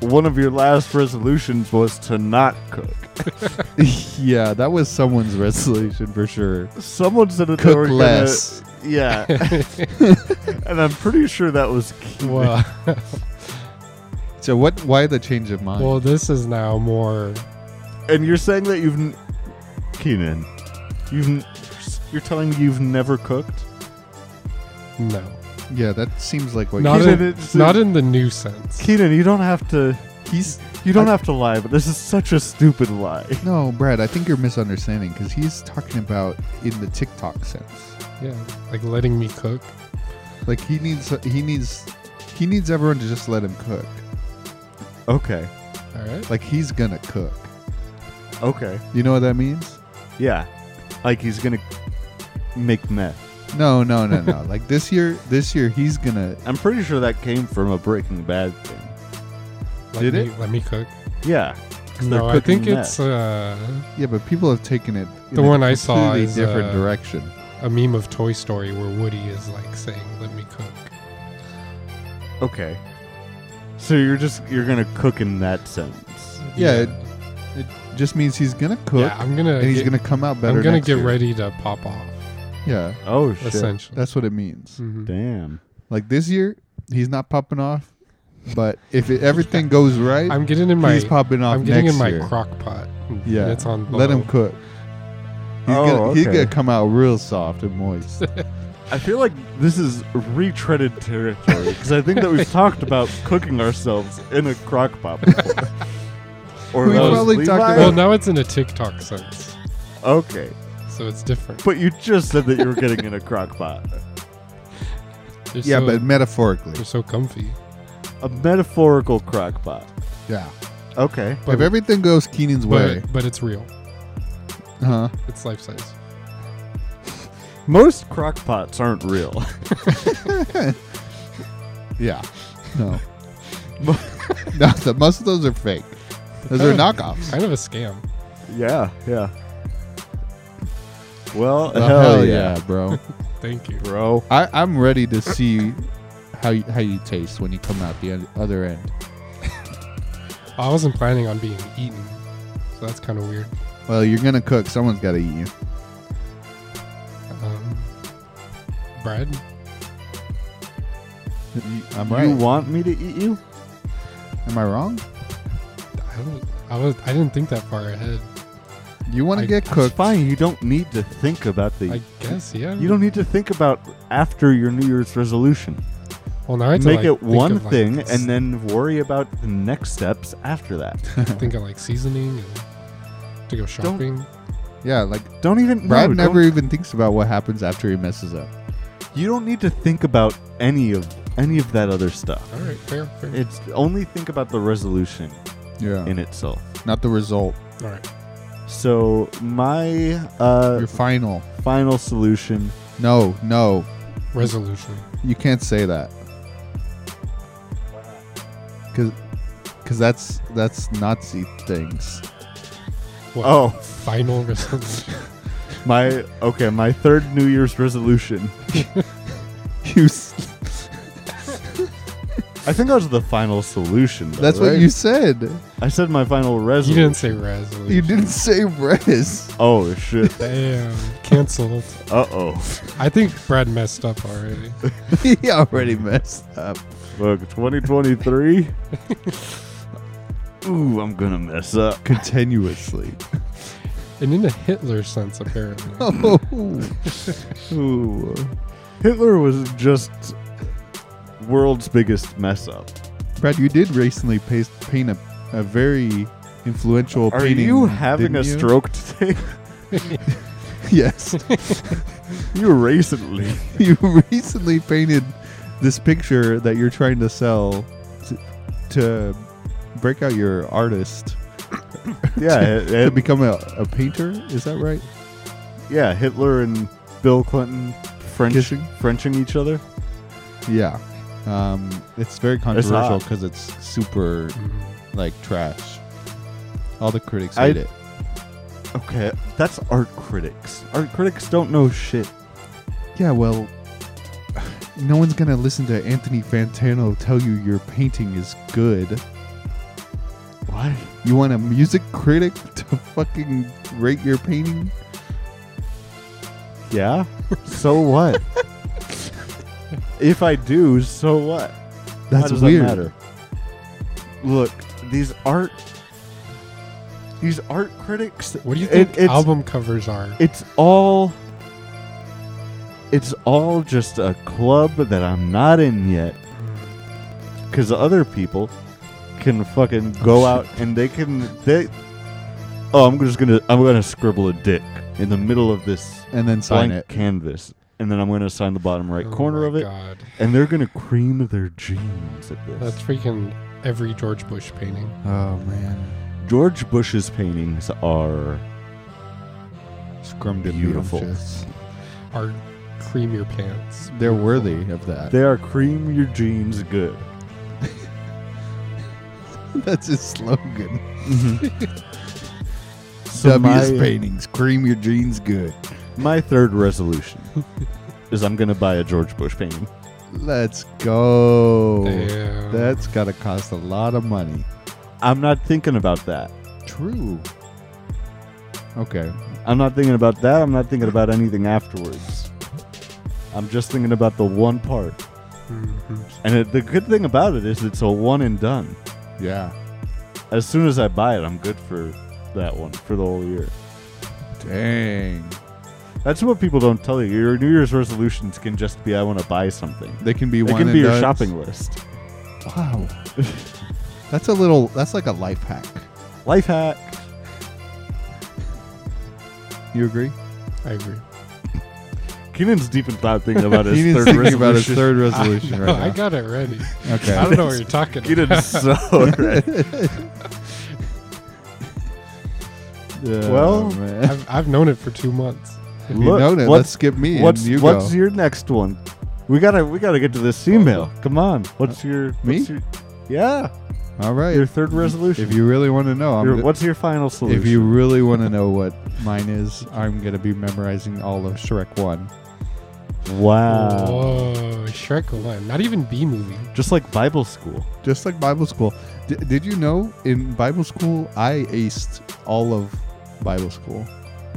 Speaker 2: one of your last resolutions was to not cook.
Speaker 4: yeah, that was someone's resolution for sure.
Speaker 2: Someone said that they were
Speaker 4: Cook
Speaker 2: gonna-
Speaker 4: less.
Speaker 2: yeah. and I'm pretty sure that was Keenan.
Speaker 3: Well,
Speaker 4: So what? Why the change of mind?
Speaker 3: well, this is now more.
Speaker 2: And you're saying that you've n- Keenan, you've n- you're telling me you've never cooked?
Speaker 3: No,
Speaker 4: yeah, that seems like what you
Speaker 3: not
Speaker 2: he's
Speaker 3: in,
Speaker 2: in it, so-
Speaker 3: not in the new sense.
Speaker 2: Keenan, you don't have to.
Speaker 4: he's.
Speaker 2: You don't have to lie, but this is such a stupid lie.
Speaker 4: No, Brad, I think you're misunderstanding because he's talking about in the TikTok sense.
Speaker 3: Yeah, like letting me cook.
Speaker 4: Like he needs, he needs, he needs everyone to just let him cook.
Speaker 2: Okay.
Speaker 3: All right.
Speaker 4: Like he's gonna cook.
Speaker 2: Okay.
Speaker 4: You know what that means?
Speaker 2: Yeah. Like he's gonna make meth.
Speaker 4: No, no, no, no. like this year, this year he's gonna.
Speaker 2: I'm pretty sure that came from a Breaking Bad thing.
Speaker 3: Let
Speaker 4: Did
Speaker 3: me,
Speaker 4: it?
Speaker 3: Let me cook.
Speaker 2: Yeah.
Speaker 3: No,
Speaker 2: They're
Speaker 3: I think
Speaker 2: cooking
Speaker 3: it's
Speaker 2: meth.
Speaker 3: uh,
Speaker 4: Yeah, but people have taken it. in
Speaker 3: The
Speaker 4: a
Speaker 3: one I saw
Speaker 4: completely
Speaker 3: is,
Speaker 4: different
Speaker 3: uh,
Speaker 4: direction.
Speaker 3: a meme of Toy Story where Woody is like saying, "Let me cook."
Speaker 2: okay. So you're just you're gonna cook in that sense.
Speaker 4: Yeah, it- It just means he's gonna cook,
Speaker 3: yeah. I'm gonna.
Speaker 4: and he's
Speaker 3: get-
Speaker 4: gonna come out better.
Speaker 3: I'm gonna
Speaker 4: next
Speaker 3: get
Speaker 4: year.
Speaker 3: ready to pop off.
Speaker 4: Yeah,
Speaker 2: Oh shit.
Speaker 3: Essentially.
Speaker 4: that's what it means.
Speaker 3: Mhm.
Speaker 2: Damn.
Speaker 4: Like this year, he's not popping off, but if it, everything goes right,
Speaker 3: I'm getting in my.
Speaker 4: he's popping off
Speaker 3: I'm getting
Speaker 4: next
Speaker 3: in my
Speaker 4: year.
Speaker 3: crock pot. and
Speaker 4: yeah,
Speaker 3: it's on.
Speaker 4: Let
Speaker 3: low.
Speaker 4: him cook. He's
Speaker 2: Oh,
Speaker 4: gonna, he's
Speaker 2: okay.
Speaker 4: gonna come out real soft and moist.
Speaker 2: I feel like this is retreaded territory because I think that we've talked about cooking ourselves in a crock pot before. or
Speaker 4: We
Speaker 2: that was
Speaker 4: probably talked
Speaker 2: Levi?
Speaker 3: Well, now it's in a TikTok sense,
Speaker 2: Okay,
Speaker 3: so it's different.
Speaker 2: but you just said that you were getting in a crock pot.
Speaker 3: They're
Speaker 4: yeah,
Speaker 3: so,
Speaker 4: but metaphorically.
Speaker 3: they're so comfy.
Speaker 2: A metaphorical crock pot.
Speaker 4: Yeah.
Speaker 2: Okay.
Speaker 3: But-
Speaker 4: if everything goes Keenan's way,
Speaker 3: But, but it's real.
Speaker 4: huh?
Speaker 3: It's life size.
Speaker 2: Most crock pots aren't real.
Speaker 4: Yeah. No. no, the, most of those are fake. Those are knockoffs.
Speaker 3: Kind of a scam.
Speaker 2: yeah, yeah. Well,
Speaker 4: Oh,
Speaker 2: hell, yeah.
Speaker 4: bro.
Speaker 3: Thank you.
Speaker 2: bro.
Speaker 4: I, I'm ready to see how you, how you taste when you come out the end, other end.
Speaker 3: I wasn't planning on being eaten, so that's kind of weird.
Speaker 4: Well, you're gonna cook. Someone's got to eat you.
Speaker 3: Um, bread?
Speaker 4: I'm right.
Speaker 2: You want me to eat you?
Speaker 4: Am I wrong?
Speaker 3: I don't. I was. I didn't think that far ahead.
Speaker 4: You want
Speaker 3: I-
Speaker 4: to get
Speaker 3: that's
Speaker 4: cooked?
Speaker 2: It's fine. You don't need to think about the.
Speaker 3: I guess. Yeah.
Speaker 2: you don't need to think about after your New Year's resolution.
Speaker 3: Well, now I have to,
Speaker 2: Make
Speaker 3: like,
Speaker 2: it
Speaker 3: think
Speaker 2: one
Speaker 3: of, like,
Speaker 2: thing
Speaker 3: s-
Speaker 2: and then worry about the next steps after that.
Speaker 3: think of like seasoning and to go shopping.
Speaker 4: Yeah, like
Speaker 2: don't even.
Speaker 4: Brad
Speaker 2: no,
Speaker 4: never
Speaker 2: don't-
Speaker 4: even thinks about what happens after he messes up.
Speaker 2: you don't need to think about any of any of that other stuff.
Speaker 3: All right, fair, fair.
Speaker 2: It's only think about the resolution
Speaker 4: Yeah,
Speaker 2: in itself.
Speaker 4: not the result.
Speaker 3: All right.
Speaker 2: So my uh,
Speaker 4: Your final.
Speaker 2: final solution.
Speaker 4: No, no,
Speaker 3: Resolution.
Speaker 4: you can't say that. Cause, 'cause that's that's Nazi things.
Speaker 3: What?
Speaker 2: Oh,
Speaker 3: Final resolution.
Speaker 2: my okay. My third New Year's resolution.
Speaker 4: You s-
Speaker 2: I think that was the final solution. though,
Speaker 4: That's what
Speaker 2: right?
Speaker 4: you said.
Speaker 2: I said my final
Speaker 3: You
Speaker 2: resolution.
Speaker 3: didn't say resolution.
Speaker 4: You didn't say res.
Speaker 2: Oh shit.
Speaker 3: Damn. Cancelled.
Speaker 2: Uh oh.
Speaker 3: I think Brad messed up already.
Speaker 4: he already messed up.
Speaker 2: Look, 2023. Ooh, I'm gonna mess up.
Speaker 4: Continuously.
Speaker 3: And in a Hitler sense, apparently.
Speaker 4: Oh. Ooh.
Speaker 2: Hitler was just world's biggest mess up.
Speaker 4: Brad, you did recently paste, paint a, a very influential
Speaker 2: Are
Speaker 4: painting.
Speaker 2: you having a
Speaker 4: didn't you?
Speaker 2: stroke today?
Speaker 4: Yes.
Speaker 2: you recently.
Speaker 4: you recently painted this picture that you're trying to sell to, to break out your artist
Speaker 2: Yeah, it-
Speaker 4: to
Speaker 2: it-
Speaker 4: become a, a painter. Is that right?
Speaker 2: yeah. Hitler and Bill Clinton French
Speaker 4: Kissing?
Speaker 2: Frenching each other.
Speaker 4: Yeah. Um, it's very controversial
Speaker 2: hot.
Speaker 4: because it's, super
Speaker 3: Mm-hmm.
Speaker 4: like trash. All the critics
Speaker 2: I-
Speaker 4: hate it.
Speaker 2: Okay, that's art critics. Art critics don't know shit.
Speaker 4: Yeah, well, no one's gonna listen to Anthony Fantano tell you your painting is good.
Speaker 2: Why?
Speaker 4: You want a music critic to fucking rate your painting?
Speaker 2: Yeah. So what? if I do, so what? How
Speaker 4: That's
Speaker 2: does
Speaker 4: weird.
Speaker 2: That matter? Look, these art, these art critics.
Speaker 3: What do you
Speaker 2: it-
Speaker 3: think
Speaker 2: it's,
Speaker 3: album covers are?
Speaker 2: It's all. It's all just a club that I'm not in yet, because other people can fucking go out and they can they. Oh, I'm just gonna I'm gonna scribble a dick in the middle of this
Speaker 4: And then sign
Speaker 2: blank
Speaker 4: it.
Speaker 2: canvas, and then I'm gonna sign the bottom right
Speaker 3: Oh
Speaker 2: corner
Speaker 3: my
Speaker 2: of it,
Speaker 3: God.
Speaker 2: and they're gonna cream their jeans at this.
Speaker 3: That's freaking every George Bush painting.
Speaker 4: Oh man,
Speaker 2: George Bush's paintings are
Speaker 4: scrummed
Speaker 2: Beautiful.
Speaker 3: Are cream your pants.
Speaker 4: They're worthy of that.
Speaker 2: they are cream your jeans good.
Speaker 4: That's his slogan.
Speaker 2: So
Speaker 4: W's
Speaker 2: my-
Speaker 4: paintings, cream your jeans good.
Speaker 2: My third resolution is I'm gonna buy a George Bush painting.
Speaker 4: Let's go.
Speaker 2: Oh,
Speaker 3: Damn.
Speaker 4: That's gotta cost a lot of money.
Speaker 2: I'm not thinking about that.
Speaker 4: True. Okay.
Speaker 2: I'm not thinking about that. I'm not thinking about anything afterwards. I'm just thinking about the one part.
Speaker 3: Mhm.
Speaker 2: And it, the good thing about it is it's a one and done.
Speaker 4: Yeah.
Speaker 2: As soon as I buy it, I'm good for that one for the whole year.
Speaker 4: Dang.
Speaker 2: That's what people don't tell you. Your New Year's resolutions can just be I want to buy something.
Speaker 4: They can be
Speaker 2: It
Speaker 4: one.
Speaker 2: can
Speaker 4: and
Speaker 2: be your
Speaker 4: dones.
Speaker 2: shopping list.
Speaker 4: Wow. that's a little. That's like a life hack.
Speaker 2: Life hack.
Speaker 4: You agree?
Speaker 3: I agree.
Speaker 2: Keenan's deep in thought thinking about his
Speaker 4: He needs
Speaker 2: third
Speaker 4: to think
Speaker 2: resolution.
Speaker 4: about his third resolution
Speaker 3: No, I
Speaker 4: right now.
Speaker 3: got it ready. I
Speaker 4: Okay.
Speaker 3: don't know what you're talking
Speaker 2: Keenan's
Speaker 3: about.
Speaker 2: so ready. Well,
Speaker 4: Oh, man.
Speaker 3: I've, I've known it for two months.
Speaker 4: you
Speaker 2: Look,
Speaker 4: know that.
Speaker 2: what's-
Speaker 4: Let's skip me
Speaker 2: What's
Speaker 4: and you
Speaker 2: what's
Speaker 4: go.
Speaker 2: your next one? We gotta we gotta get to this email. Come on. What's your
Speaker 4: Uh, me?
Speaker 2: What's your, yeah,
Speaker 4: All right.
Speaker 2: your third resolution.
Speaker 4: If you really want to know, I'm
Speaker 2: Your-
Speaker 4: go-
Speaker 2: what's your final solution?
Speaker 4: if you really want to know what mine is, I'm gonna be memorizing all of Shrek One.
Speaker 2: wow,
Speaker 3: Whoa, Shrek 1. Not even B movie.
Speaker 2: just like Bible school.
Speaker 4: Just like Bible school. D- did you know in Bible school I aced all of Bible school?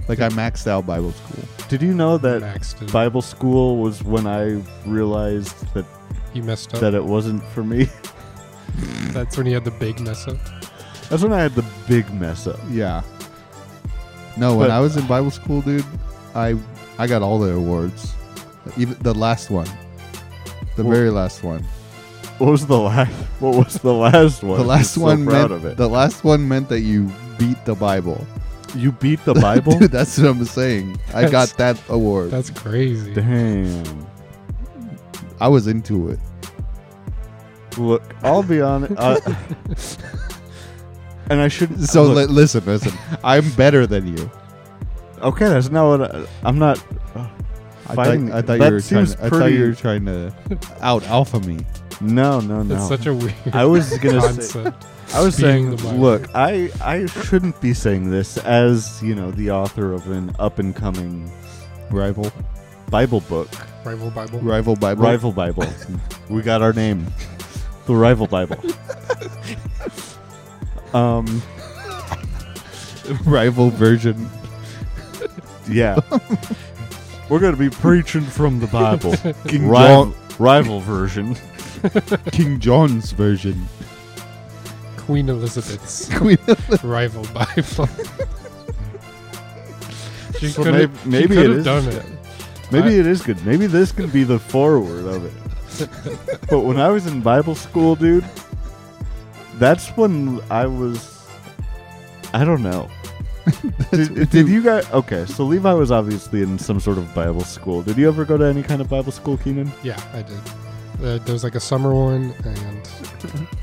Speaker 4: Like I maxed out Bible school.
Speaker 2: Did you know that
Speaker 3: Max did.
Speaker 2: Bible school was when I realized that
Speaker 3: You
Speaker 4: Oh.
Speaker 3: messed up.
Speaker 2: that uh, it wasn't for me?
Speaker 3: That's when he had the big mess up.
Speaker 2: That's when I had the big mess up.
Speaker 4: Yeah. No, when
Speaker 2: But-
Speaker 4: I was in Bible school, dude, I I got all the awards. Even the last one. The
Speaker 2: Well-
Speaker 4: very last one.
Speaker 2: What was the last? What was the last one?
Speaker 4: The
Speaker 2: I'm
Speaker 4: last
Speaker 2: so
Speaker 4: one meant
Speaker 2: proud of it.
Speaker 4: the last one meant that you beat the Bible.
Speaker 2: you beat the Bible.
Speaker 4: Dude, that's what I'm saying. I got
Speaker 3: That's-
Speaker 4: that award.
Speaker 3: That's crazy.
Speaker 2: Damn.
Speaker 4: I was into it.
Speaker 2: Look, I'll be honest. I, and I should.
Speaker 4: So
Speaker 2: look,
Speaker 4: li- listen, listen. I'm better than you.
Speaker 2: okay, that's not what I, I'm not. uh,
Speaker 4: I
Speaker 2: fighting-
Speaker 4: thought, I thought
Speaker 2: that
Speaker 4: you were trying.
Speaker 2: seems
Speaker 4: I thought you were
Speaker 2: pretty-
Speaker 4: trying to out alpha me.
Speaker 2: No, no, no.
Speaker 3: That's such a weird
Speaker 2: I was gonna say.
Speaker 3: concept.
Speaker 2: I was
Speaker 3: being
Speaker 2: saying,
Speaker 3: the Bible.
Speaker 2: look, I I shouldn't be saying this as you know the author of an up and coming
Speaker 4: Rival,
Speaker 2: Bible book,
Speaker 3: Rival Bible.
Speaker 4: rival Bible,
Speaker 2: rival Bible. we got our name. The Rival Bible. um,
Speaker 4: Rival version.
Speaker 2: yeah. We're going to be preaching from the Bible.
Speaker 4: King
Speaker 2: rival, rival version.
Speaker 4: John, King John's version.
Speaker 3: Queen Elizabeth's
Speaker 4: Queen-
Speaker 3: rival Bible. she
Speaker 2: So
Speaker 3: could
Speaker 2: mayb-
Speaker 3: have
Speaker 2: maybe it
Speaker 3: maybe
Speaker 2: is.
Speaker 3: done it.
Speaker 2: Maybe it is good. Maybe this could be the foreword of it. but when I was in Bible school, dude, that's when I was. I don't know. did, did you guys? Okay, so Levi was obviously in some sort of Bible school. Did you ever go to any kind of Bible school, Keenan?
Speaker 3: Yeah, I did. Uh, there was like a summer one and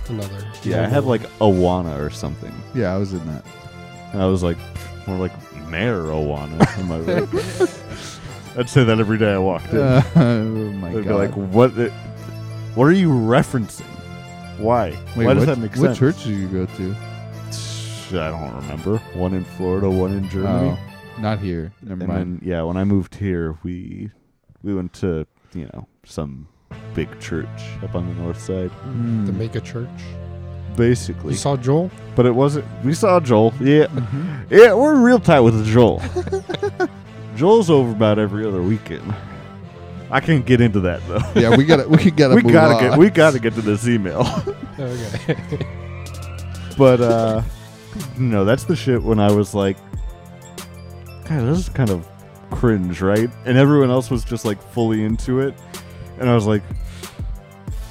Speaker 3: another.
Speaker 2: Yeah, I had like Awana or something.
Speaker 4: Yeah, I was in that.
Speaker 2: And I was like, more like marijuana. Am I right? I'd say that every day I walked in.
Speaker 4: Uh, oh my
Speaker 2: They'd
Speaker 4: god.
Speaker 2: be like, "What? the- What are you referencing? Why?
Speaker 4: Wait,
Speaker 2: Why does
Speaker 4: what,
Speaker 2: that make
Speaker 4: what
Speaker 2: sense?"
Speaker 4: church do you go to?
Speaker 2: I don't remember. One in Florida, one in Germany.
Speaker 4: Oh, not here. Never
Speaker 2: and
Speaker 4: mind.
Speaker 2: then yeah, when I moved here, we we went to you know some big church up on the north side,
Speaker 3: to
Speaker 4: Mm.
Speaker 3: make a church. You
Speaker 2: basically.
Speaker 3: saw Joel?
Speaker 2: But it wasn't. We saw Joel. Yeah,
Speaker 4: Hmm.
Speaker 2: yeah, we're real tight with Joel. Joel's over about every other weekend. I can't get into that though.
Speaker 4: yeah, we gotta we gotta
Speaker 2: we
Speaker 4: move
Speaker 2: gotta
Speaker 4: on.
Speaker 2: get we gotta get to this email.
Speaker 3: Okay.
Speaker 2: But uh no, that's the shit when I was like God, this is kind of cringe, right? And everyone else was just like fully into it. And I was like,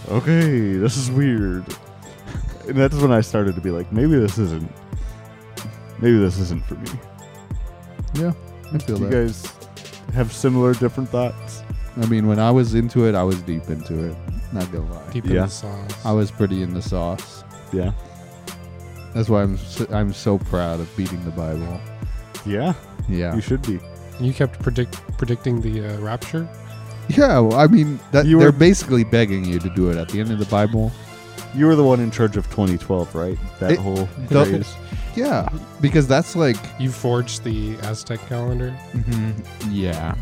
Speaker 2: Okay, this is weird. And that's when I started to be like, maybe this isn't maybe this isn't for me.
Speaker 4: Yeah, I feel
Speaker 2: Do you
Speaker 4: that.
Speaker 2: guys have similar different thoughts?
Speaker 4: I mean, when I was into it, I was deep into it. Not gonna lie,
Speaker 3: Deep in
Speaker 2: Yeah.
Speaker 3: the songs.
Speaker 4: I was pretty in the sauce.
Speaker 2: Yeah.
Speaker 4: That's why I'm so, I'm so proud of beating the Bible.
Speaker 2: Yeah,
Speaker 4: Yeah,
Speaker 2: you should be.
Speaker 3: you kept predict predicting the uh, rapture?
Speaker 4: yeah. Well, I mean, that
Speaker 2: You
Speaker 4: they're
Speaker 2: were-
Speaker 4: basically begging you to do it at the end of the Bible.
Speaker 2: You were the one in charge of 2012, right? That
Speaker 4: It-
Speaker 2: whole
Speaker 4: the-
Speaker 2: craze.
Speaker 4: Yeah, because that's like,
Speaker 3: You forged the Aztec calendar?
Speaker 2: Mm-hmm.
Speaker 4: yeah,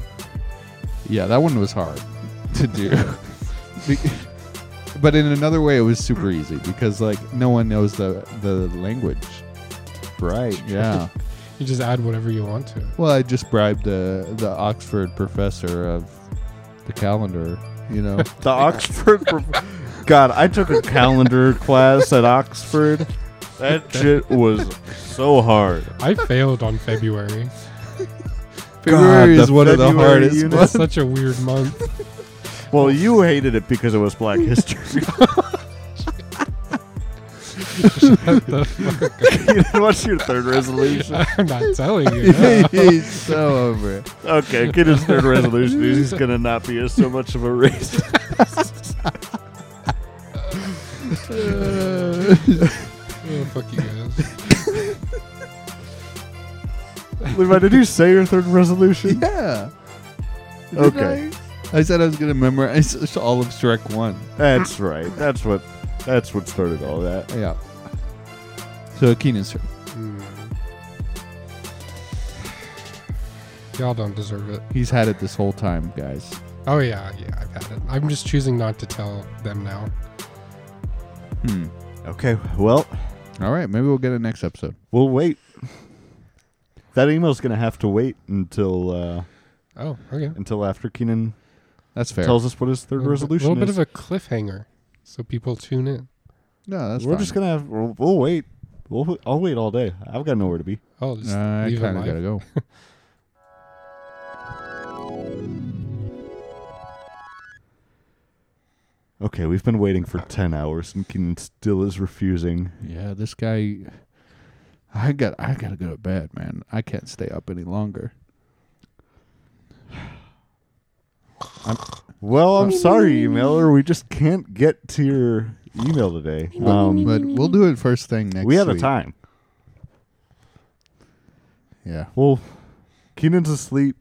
Speaker 4: yeah. That one was hard to do, Be- but in another way, it was super easy because like no one knows the the language.
Speaker 2: Right.
Speaker 4: Yeah.
Speaker 3: You just add whatever you want to.
Speaker 4: Well, I just bribed the the Oxford professor of the calendar. You know,
Speaker 2: The Oxford. prof- God, I took a calendar class at Oxford. That shit was so hard.
Speaker 3: I failed on February.
Speaker 4: February
Speaker 2: the
Speaker 4: is one of the
Speaker 2: February
Speaker 4: hardest.
Speaker 2: unit.
Speaker 3: It's such a weird month.
Speaker 2: Well, you hated it because it was Black History. Keenan, What's your third resolution?
Speaker 3: I'm not telling you. no.
Speaker 4: He's so over it.
Speaker 2: Okay, Keenan's third resolution is he's gonna not be as so much of a racist.
Speaker 3: Oh, fuck you guys.
Speaker 2: Levi, did you say your third resolution?
Speaker 4: Yeah. Did
Speaker 2: Okay.
Speaker 4: I? I said I was gonna memorize all of Shrek one.
Speaker 2: That's right. That's what. That's what started all that.
Speaker 4: Yeah. So Keenan's turn.
Speaker 3: Hmm. Y'all don't deserve it.
Speaker 4: He's had it this whole time, guys.
Speaker 3: Oh yeah, yeah, I've had it. I'm just choosing not to tell them now.
Speaker 4: Hmm.
Speaker 2: Okay. Well,
Speaker 4: All right, maybe we'll get it next episode.
Speaker 2: We'll wait. That email's gonna have to wait until uh,
Speaker 3: Oh, okay.
Speaker 2: until after Keenan
Speaker 4: That's fair.
Speaker 2: tells us what his third
Speaker 3: A
Speaker 2: resolution
Speaker 3: little bit
Speaker 2: is.
Speaker 3: of a cliffhanger, so people tune in.
Speaker 4: no, that's
Speaker 2: We're
Speaker 4: fine.
Speaker 2: just gonna have. We'll, we'll wait. We'll, I'll wait all day. I've got nowhere to be.
Speaker 3: Oh, just
Speaker 4: I
Speaker 3: leave it
Speaker 4: kind of
Speaker 3: live.
Speaker 4: gotta go.
Speaker 2: Okay, we've been waiting for ten hours, and Keenan still is refusing.
Speaker 4: yeah, this guy. I got. I gotta go to bed, man. I can't stay up any longer.
Speaker 2: Well, I'm sorry, emailer. We just can't get to your email today. Um,
Speaker 4: But we'll do it first thing next.
Speaker 2: we have a
Speaker 4: week.
Speaker 2: time.
Speaker 4: Yeah.
Speaker 2: Well, Keenan's asleep.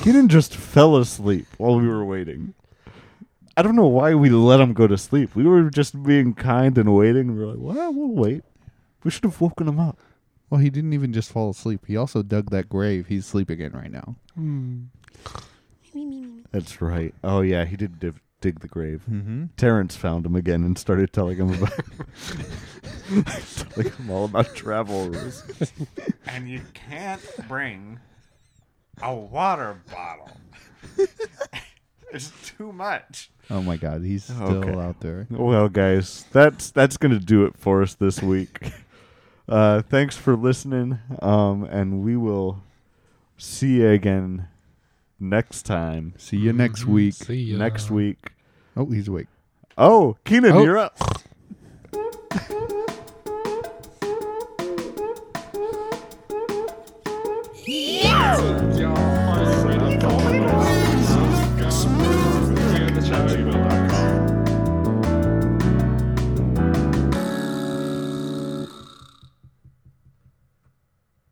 Speaker 2: Keenan just fell asleep while we were waiting. I don't know why we let him go to sleep. We were just being kind and waiting. We were like, well, we'll wait. We should have woken him up.
Speaker 4: Well, he didn't even just fall asleep. He also dug that grave he's
Speaker 3: Hmm.
Speaker 4: sleeping in right now.
Speaker 2: That's right. Oh, yeah, he did div- dig the grave.
Speaker 4: Mm-hmm.
Speaker 2: Terrence found him again and started telling him about telling him all about travel rules.
Speaker 9: and you can't bring a water bottle. it's too much.
Speaker 4: Oh my God, he's still
Speaker 2: Okay.
Speaker 4: out there.
Speaker 2: Well, guys, that's that's gonna do it for us this week. Uh, thanks for listening, um, and we will see you again next time.
Speaker 4: See you next
Speaker 2: Mm-hmm.
Speaker 4: week.
Speaker 3: See ya.
Speaker 2: Next week.
Speaker 4: Oh, he's awake.
Speaker 2: Oh, Keenan,
Speaker 3: Oh.
Speaker 2: you're up.
Speaker 3: y'all.